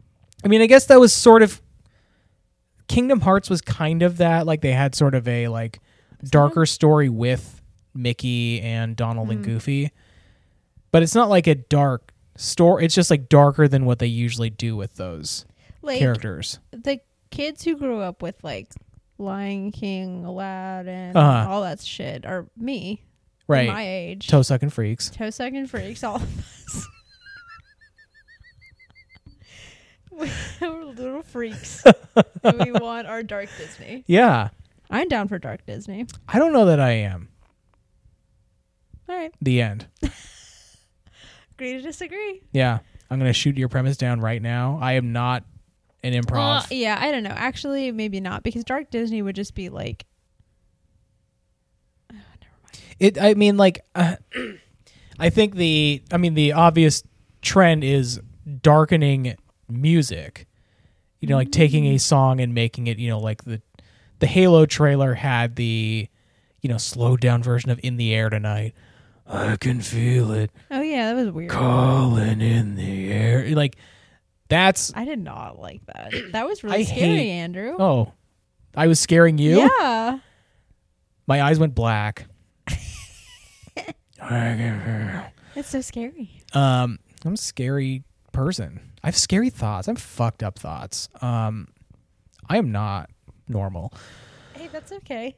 S1: I mean, I guess that was sort of Kingdom Hearts was kind of that. Like they had sort of a like darker story with Mickey and Donald
S2: Hmm.
S1: and Goofy, but it's not like a dark story. It's just like darker than what they usually do with those
S2: Like
S1: characters.
S2: the kids who grew up with like Lion King, Aladdin,
S1: Uh-huh.
S2: all that shit, or me, they're
S1: Right,
S2: my age,
S1: toe sucking freaks.
S2: toe sucking freaks, all of us. We- We're little freaks. and we want our dark Disney.
S1: Yeah,
S2: I'm down for dark Disney.
S1: I don't know that I am.
S2: All right,
S1: The end.
S2: agree to disagree.
S1: Yeah, I'm gonna shoot your premise down right now. I am not an improv.
S2: Well, yeah, I don't know. Actually, maybe not because dark Disney would just be like
S1: It. I mean, like, uh, I think the. I mean, the obvious trend is darkening music. You know, like taking a song and making it. You know, like the the Halo trailer had the, you know, slowed down version of "In the Air Tonight." I can feel it
S2: Oh yeah, that was weird.
S1: calling in the air. Like, that's.
S2: I did not like that. That was really
S1: I
S2: scary,
S1: hate-
S2: Andrew.
S1: Oh, I was scaring you.
S2: Yeah.
S1: My eyes went black. I can feel it.
S2: It's so scary.
S1: Um, I'm a scary person. I have scary thoughts. I'm fucked up thoughts. Um, I am not normal.
S2: Hey, that's okay.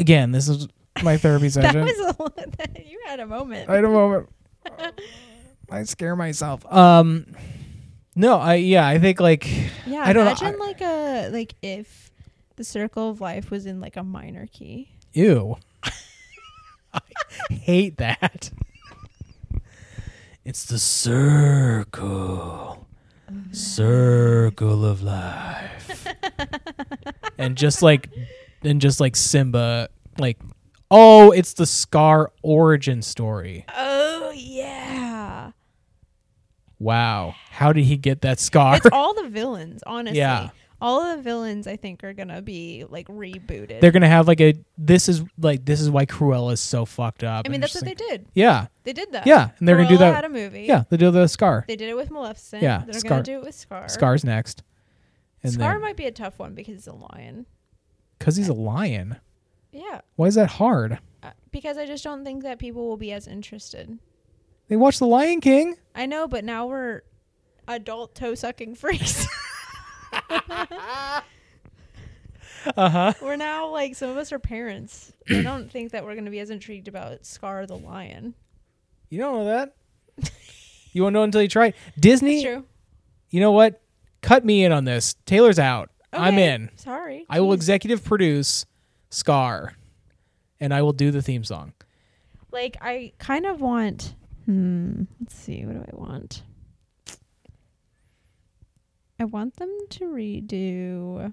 S1: Again, this is my therapy
S2: That
S1: session.
S2: was a lot. you had a moment.
S1: I don't know. I scare myself. Um, no, I yeah, I think like
S2: yeah,
S1: I don't know,
S2: imagine
S1: I-
S2: like a like if the circle of life was in like a minor key.
S1: ew. I hate that. It's the circle, circle of life. and just like and just like Simba, like oh, it's the Scar origin story.
S2: Oh yeah.
S1: Wow, how did he get that scar?
S2: It's all the villains, honestly.
S1: Yeah.
S2: all of the villains I think are gonna be like rebooted.
S1: They're gonna have like a this is like this is why Cruella is so fucked up.
S2: I mean,
S1: and
S2: that's
S1: it's
S2: what they
S1: like-
S2: did.
S1: Yeah,
S2: They did that.
S1: Yeah, and they're gonna do
S2: Cruella
S1: that-
S2: Had a movie.
S1: yeah, they do the scar.
S2: They did it with Maleficent.
S1: Yeah,
S2: They're
S1: Scar-
S2: gonna do it with Scar.
S1: Scar's next, and
S2: Scar
S1: then
S2: might be a tough one because he's a lion.
S1: because he's a lion.
S2: Yeah,
S1: Why is that hard?
S2: uh, because I just don't think that people will be as interested.
S1: They watched The Lion King.
S2: I know, but now we're adult toe sucking freaks.
S1: Uh huh.
S2: we're now like some of us are parents. I don't think that we're gonna be as intrigued about Scar the lion.
S1: You don't know that. you won't know until you try. it. Disney.
S2: True.
S1: You know what? Cut me in on this. Taylor's out. I'm
S2: Okay, Hmm.
S1: in.
S2: Sorry.
S1: I will executive produce Scar, and I will do the theme song.
S2: like I kind of want. Hmm. Let's see. What do I want? I want them to redo,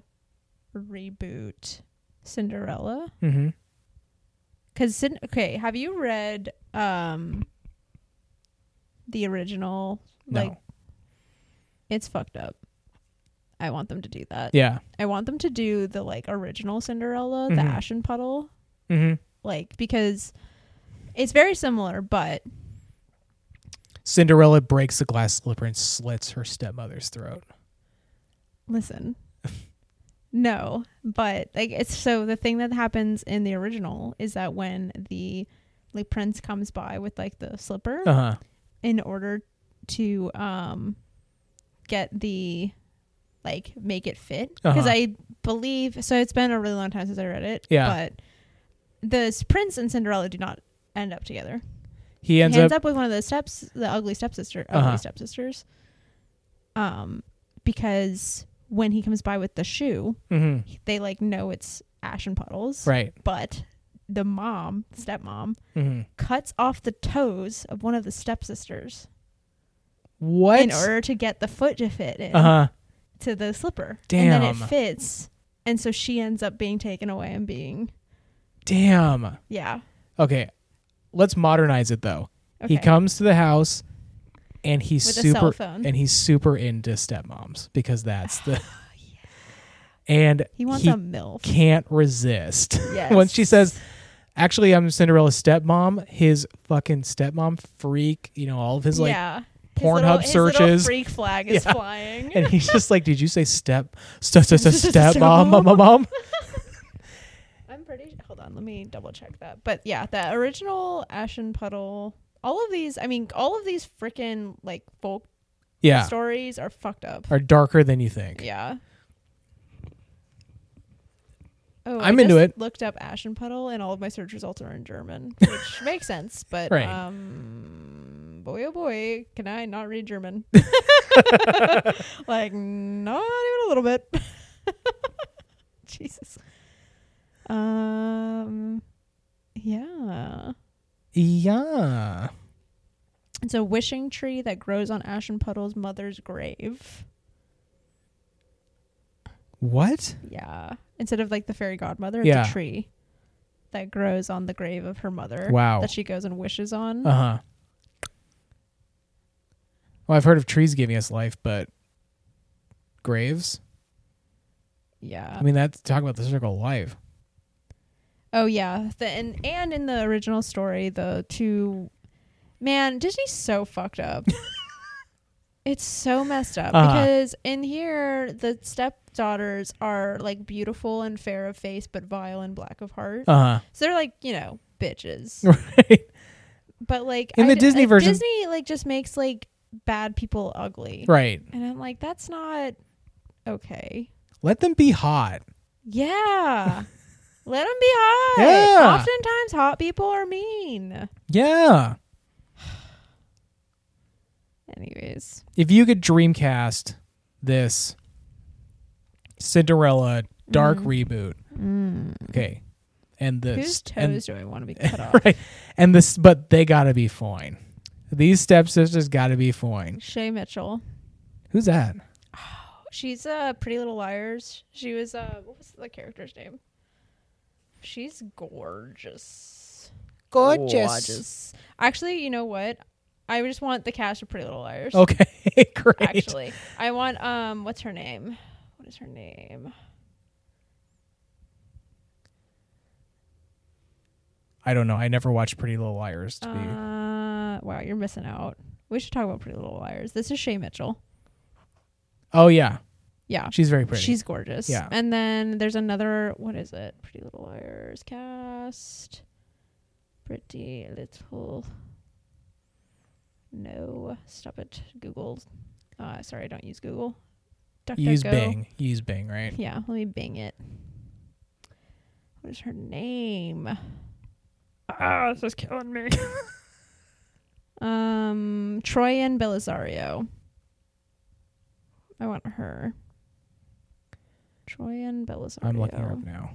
S2: reboot Cinderella.
S1: Mm-hmm.
S2: Cause Cin- okay, have you read um the original?
S1: No.
S2: Like it's fucked up. I want them to do that.
S1: Yeah.
S2: I want them to do the like original Cinderella, the
S1: Mhm.
S2: Ashen Puddle,
S1: Mm-hmm.
S2: like because it's very similar, but
S1: Cinderella breaks the glass slipper and slits her stepmother's throat.
S2: listen. no, but like it's so the thing that happens in the original is that when the like prince comes by with like the slipper
S1: Uh huh.
S2: in order to um get the like make it fit because
S1: Uh-huh.
S2: I believe so it's been a really long time since I read it.
S1: Yeah.
S2: But the s- prince and Cinderella do not end up together.
S1: He ends
S2: he ends
S1: up,
S2: up, with one of the steps the ugly stepsister ugly
S1: Uh-huh.
S2: stepsisters. Um because when he comes by with the shoe,
S1: Mhm.
S2: they like know it's ash and puddles.
S1: right.
S2: But the mom, stepmom,
S1: hmm
S2: cuts off the toes of one of the stepsisters
S1: What?
S2: in order to get the foot to fit in
S1: uh huh.
S2: to the slipper. And then
S1: Damn.
S2: it fits. And so she ends up being taken away and being
S1: Damn.
S2: yeah.
S1: Okay. Let's modernize it though.
S2: Okay.
S1: He comes to the house, and he's
S2: With a
S1: super
S2: cell phone.
S1: and he's super into stepmoms because that's the.
S2: Oh,
S1: And
S2: he wants
S1: he
S2: a MILF.
S1: can't resist.
S2: Yes.
S1: Once she says, "Actually, I'm Cinderella's stepmom," his fucking stepmom freak. You know all of his like
S2: yeah.
S1: Pornhub
S2: his little, His little
S1: searches.
S2: freak flag is
S1: Yeah.
S2: flying.
S1: and he's just like, "Did you say step step step step
S2: Step
S1: step mom mom
S2: mom.
S1: mom?" mom?
S2: I'm pretty hold on, let me double check that. But yeah, the original Ashen Puddle all of these I mean, all of these freaking like folk
S1: Yeah,
S2: stories are fucked up.
S1: are darker than you think.
S2: Yeah. Oh,
S1: I'm into
S2: just
S1: it.
S2: Looked up Ashen Puddle, and all of my search results are in German, which makes sense. But
S1: Right.
S2: um, boy, oh boy, can I not read German? like not even a little bit. Jesus. Um. Yeah.
S1: Yeah.
S2: It's a wishing tree that grows on Ashen Puddle's mother's grave.
S1: What?
S2: Yeah. Instead of like the fairy godmother, it's
S1: Yeah.
S2: a tree that grows on the grave of her mother.
S1: Wow.
S2: That she goes and wishes on.
S1: Uh huh. Well, I've heard of trees giving us life, but graves.
S2: yeah.
S1: I mean, that's talk about the circle of life.
S2: oh yeah. The, and and in the original story, the two man, Disney's so fucked up. it's so messed up
S1: Uh-huh.
S2: because in here the stepdaughters are like beautiful and fair of face but vile and black of heart.
S1: Uh
S2: so they're like, you know, bitches.
S1: huh. Right.
S2: But like
S1: In the
S2: d-
S1: Disney
S2: like,
S1: version-
S2: Disney like just makes like bad people ugly.
S1: Right.
S2: And I'm like, that's not okay.
S1: Let them be hot.
S2: Yeah. Let them be hot.
S1: Yeah.
S2: Oftentimes, hot people are mean.
S1: Yeah.
S2: Anyways.
S1: If you could dreamcast this Cinderella dark reboot, okay, and this
S2: Mm. Whose
S1: and
S2: toes do I want to be cut off?
S1: right, and this, but they gotta be fine. These stepsisters gotta be fine.
S2: Shay Mitchell.
S1: Who's that?
S2: She's uh Pretty Little Liars. She was uh what was the character's name? She's gorgeous.
S1: Gorgeous.
S2: Actually, you know what? I just want the cast of Pretty Little Liars.
S1: Okay, Oh, great.
S2: Actually, I want um what's her name? what is her name?
S1: I don't know. I never watched Pretty Little Liars to be.
S2: Uh, wow, you're missing out. We should talk about Pretty Little Liars. This is Shay Mitchell.
S1: Oh yeah,
S2: Yeah,
S1: she's very pretty.
S2: she's gorgeous.
S1: Yeah.
S2: And then there's another. What is it? Pretty Little Liars cast. Pretty Little. No, stop it. Google. Uh, sorry, I don't use Google.
S1: you use
S2: DuckDuckGo.
S1: Bing. You use Bing, right?
S2: Yeah, let me bing it. What is her name? Ah, this is killing me. um, Troyan Belisario. I want her. Troyan Belisario.
S1: I'm looking her up now.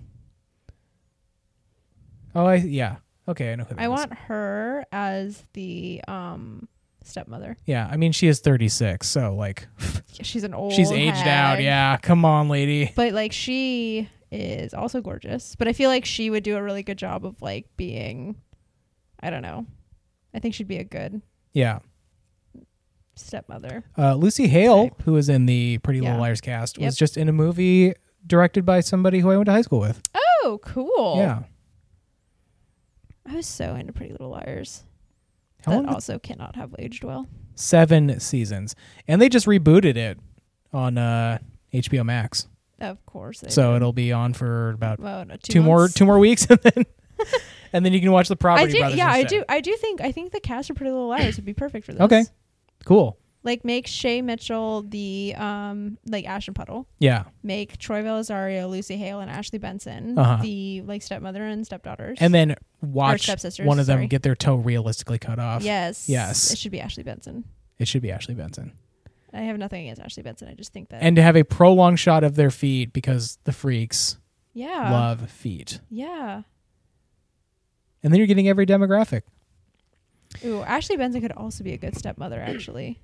S1: Oh, I yeah. Okay, I know who that
S2: I
S1: is.
S2: want her as the um stepmother.
S1: Yeah, I mean she is 36, so like
S2: Yeah, She's an old.
S1: she's aged out.
S2: hag.
S1: Yeah, come on, lady.
S2: But like she is also gorgeous. But I feel like she would do a really good job of like being I don't know. I think she'd be a good
S1: Yeah.
S2: stepmother.
S1: Uh, Lucy Hale, who was in the Pretty Little
S2: Yeah.
S1: Liars cast, was
S2: Yep.
S1: just in a movie directed by somebody who I went to high school with.
S2: Oh, cool.
S1: Yeah.
S2: I was so into Pretty Little Liars.
S1: How
S2: that
S1: long? did-
S2: also cannot have aged well.
S1: Seven seasons, and they just rebooted it on uh, HBO Max,
S2: Of course. They
S1: so
S2: did.
S1: it'll be on for about
S2: well, no, two,
S1: two, more
S2: months.
S1: two more weeks, and then and then you can watch the
S2: I
S1: Property
S2: do
S1: Brothers.
S2: yeah, I
S1: instead.
S2: do I do think I think the cast of Pretty Little Liars would be perfect for this.
S1: Okay. Cool.
S2: Like make Shay Mitchell the um like Ashton Puddle.
S1: Yeah,
S2: make Troy Belisario, Lucy Hale, and Ashley Benson
S1: Uh-huh.
S2: the like stepmother and stepdaughters.
S1: and then watch
S2: stepsisters,
S1: one of them
S2: sorry.
S1: get their toe realistically cut off.
S2: yes,
S1: Yes.
S2: it should be Ashley Benson.
S1: It should be Ashley Benson.
S2: I have nothing against Ashley Benson. I just think that
S1: and to have a prolonged shot of their feet because the freaks
S2: yeah,
S1: love feet.
S2: yeah.
S1: And then you're getting every demographic.
S2: Ooh, Ashley Benson could also be a good stepmother, actually.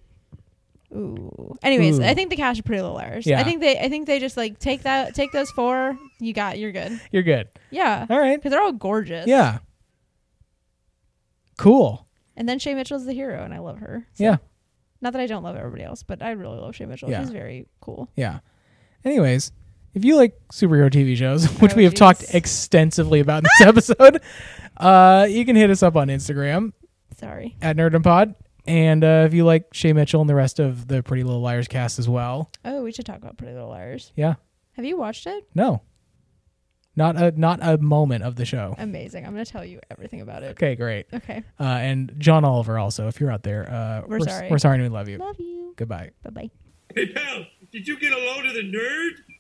S2: Ooh. Anyways,
S1: Ooh.
S2: I think the cash are pretty little liars.
S1: Yeah.
S2: I think they, I think they just like take that, take those four. You got, you're good.
S1: You're good.
S2: Yeah,
S1: All right.
S2: because they're all gorgeous.
S1: Yeah. Cool.
S2: And then Shay Mitchell's the hero, and I love her. So-
S1: Yeah.
S2: Not that I don't love everybody else, but I really love Shay Mitchell.
S1: Yeah.
S2: She's very cool.
S1: Yeah. Anyways, if you like superhero TV shows, which
S2: Oh,
S1: we have
S2: jeez.
S1: talked extensively about in this episode, uh, you can hit us up on Instagram
S2: Sorry.
S1: at Nerd and Pod. And uh, if you like Shay Mitchell and the rest of the Pretty Little Liars cast as well,
S2: Oh, we should talk about Pretty Little Liars.
S1: yeah,
S2: Have you watched it?
S1: no, not a not a moment of the show.
S2: Amazing. I'm going to tell you everything about it.
S1: Okay, great.
S2: Okay.
S1: Uh, and John Oliver also, if you're out there, uh,
S2: We're
S1: s-
S2: sorry.
S1: We're sorry and we love you.
S2: Love you.
S1: Goodbye.
S2: Bye bye.
S4: Hey, pal, did you get a load of the nerd?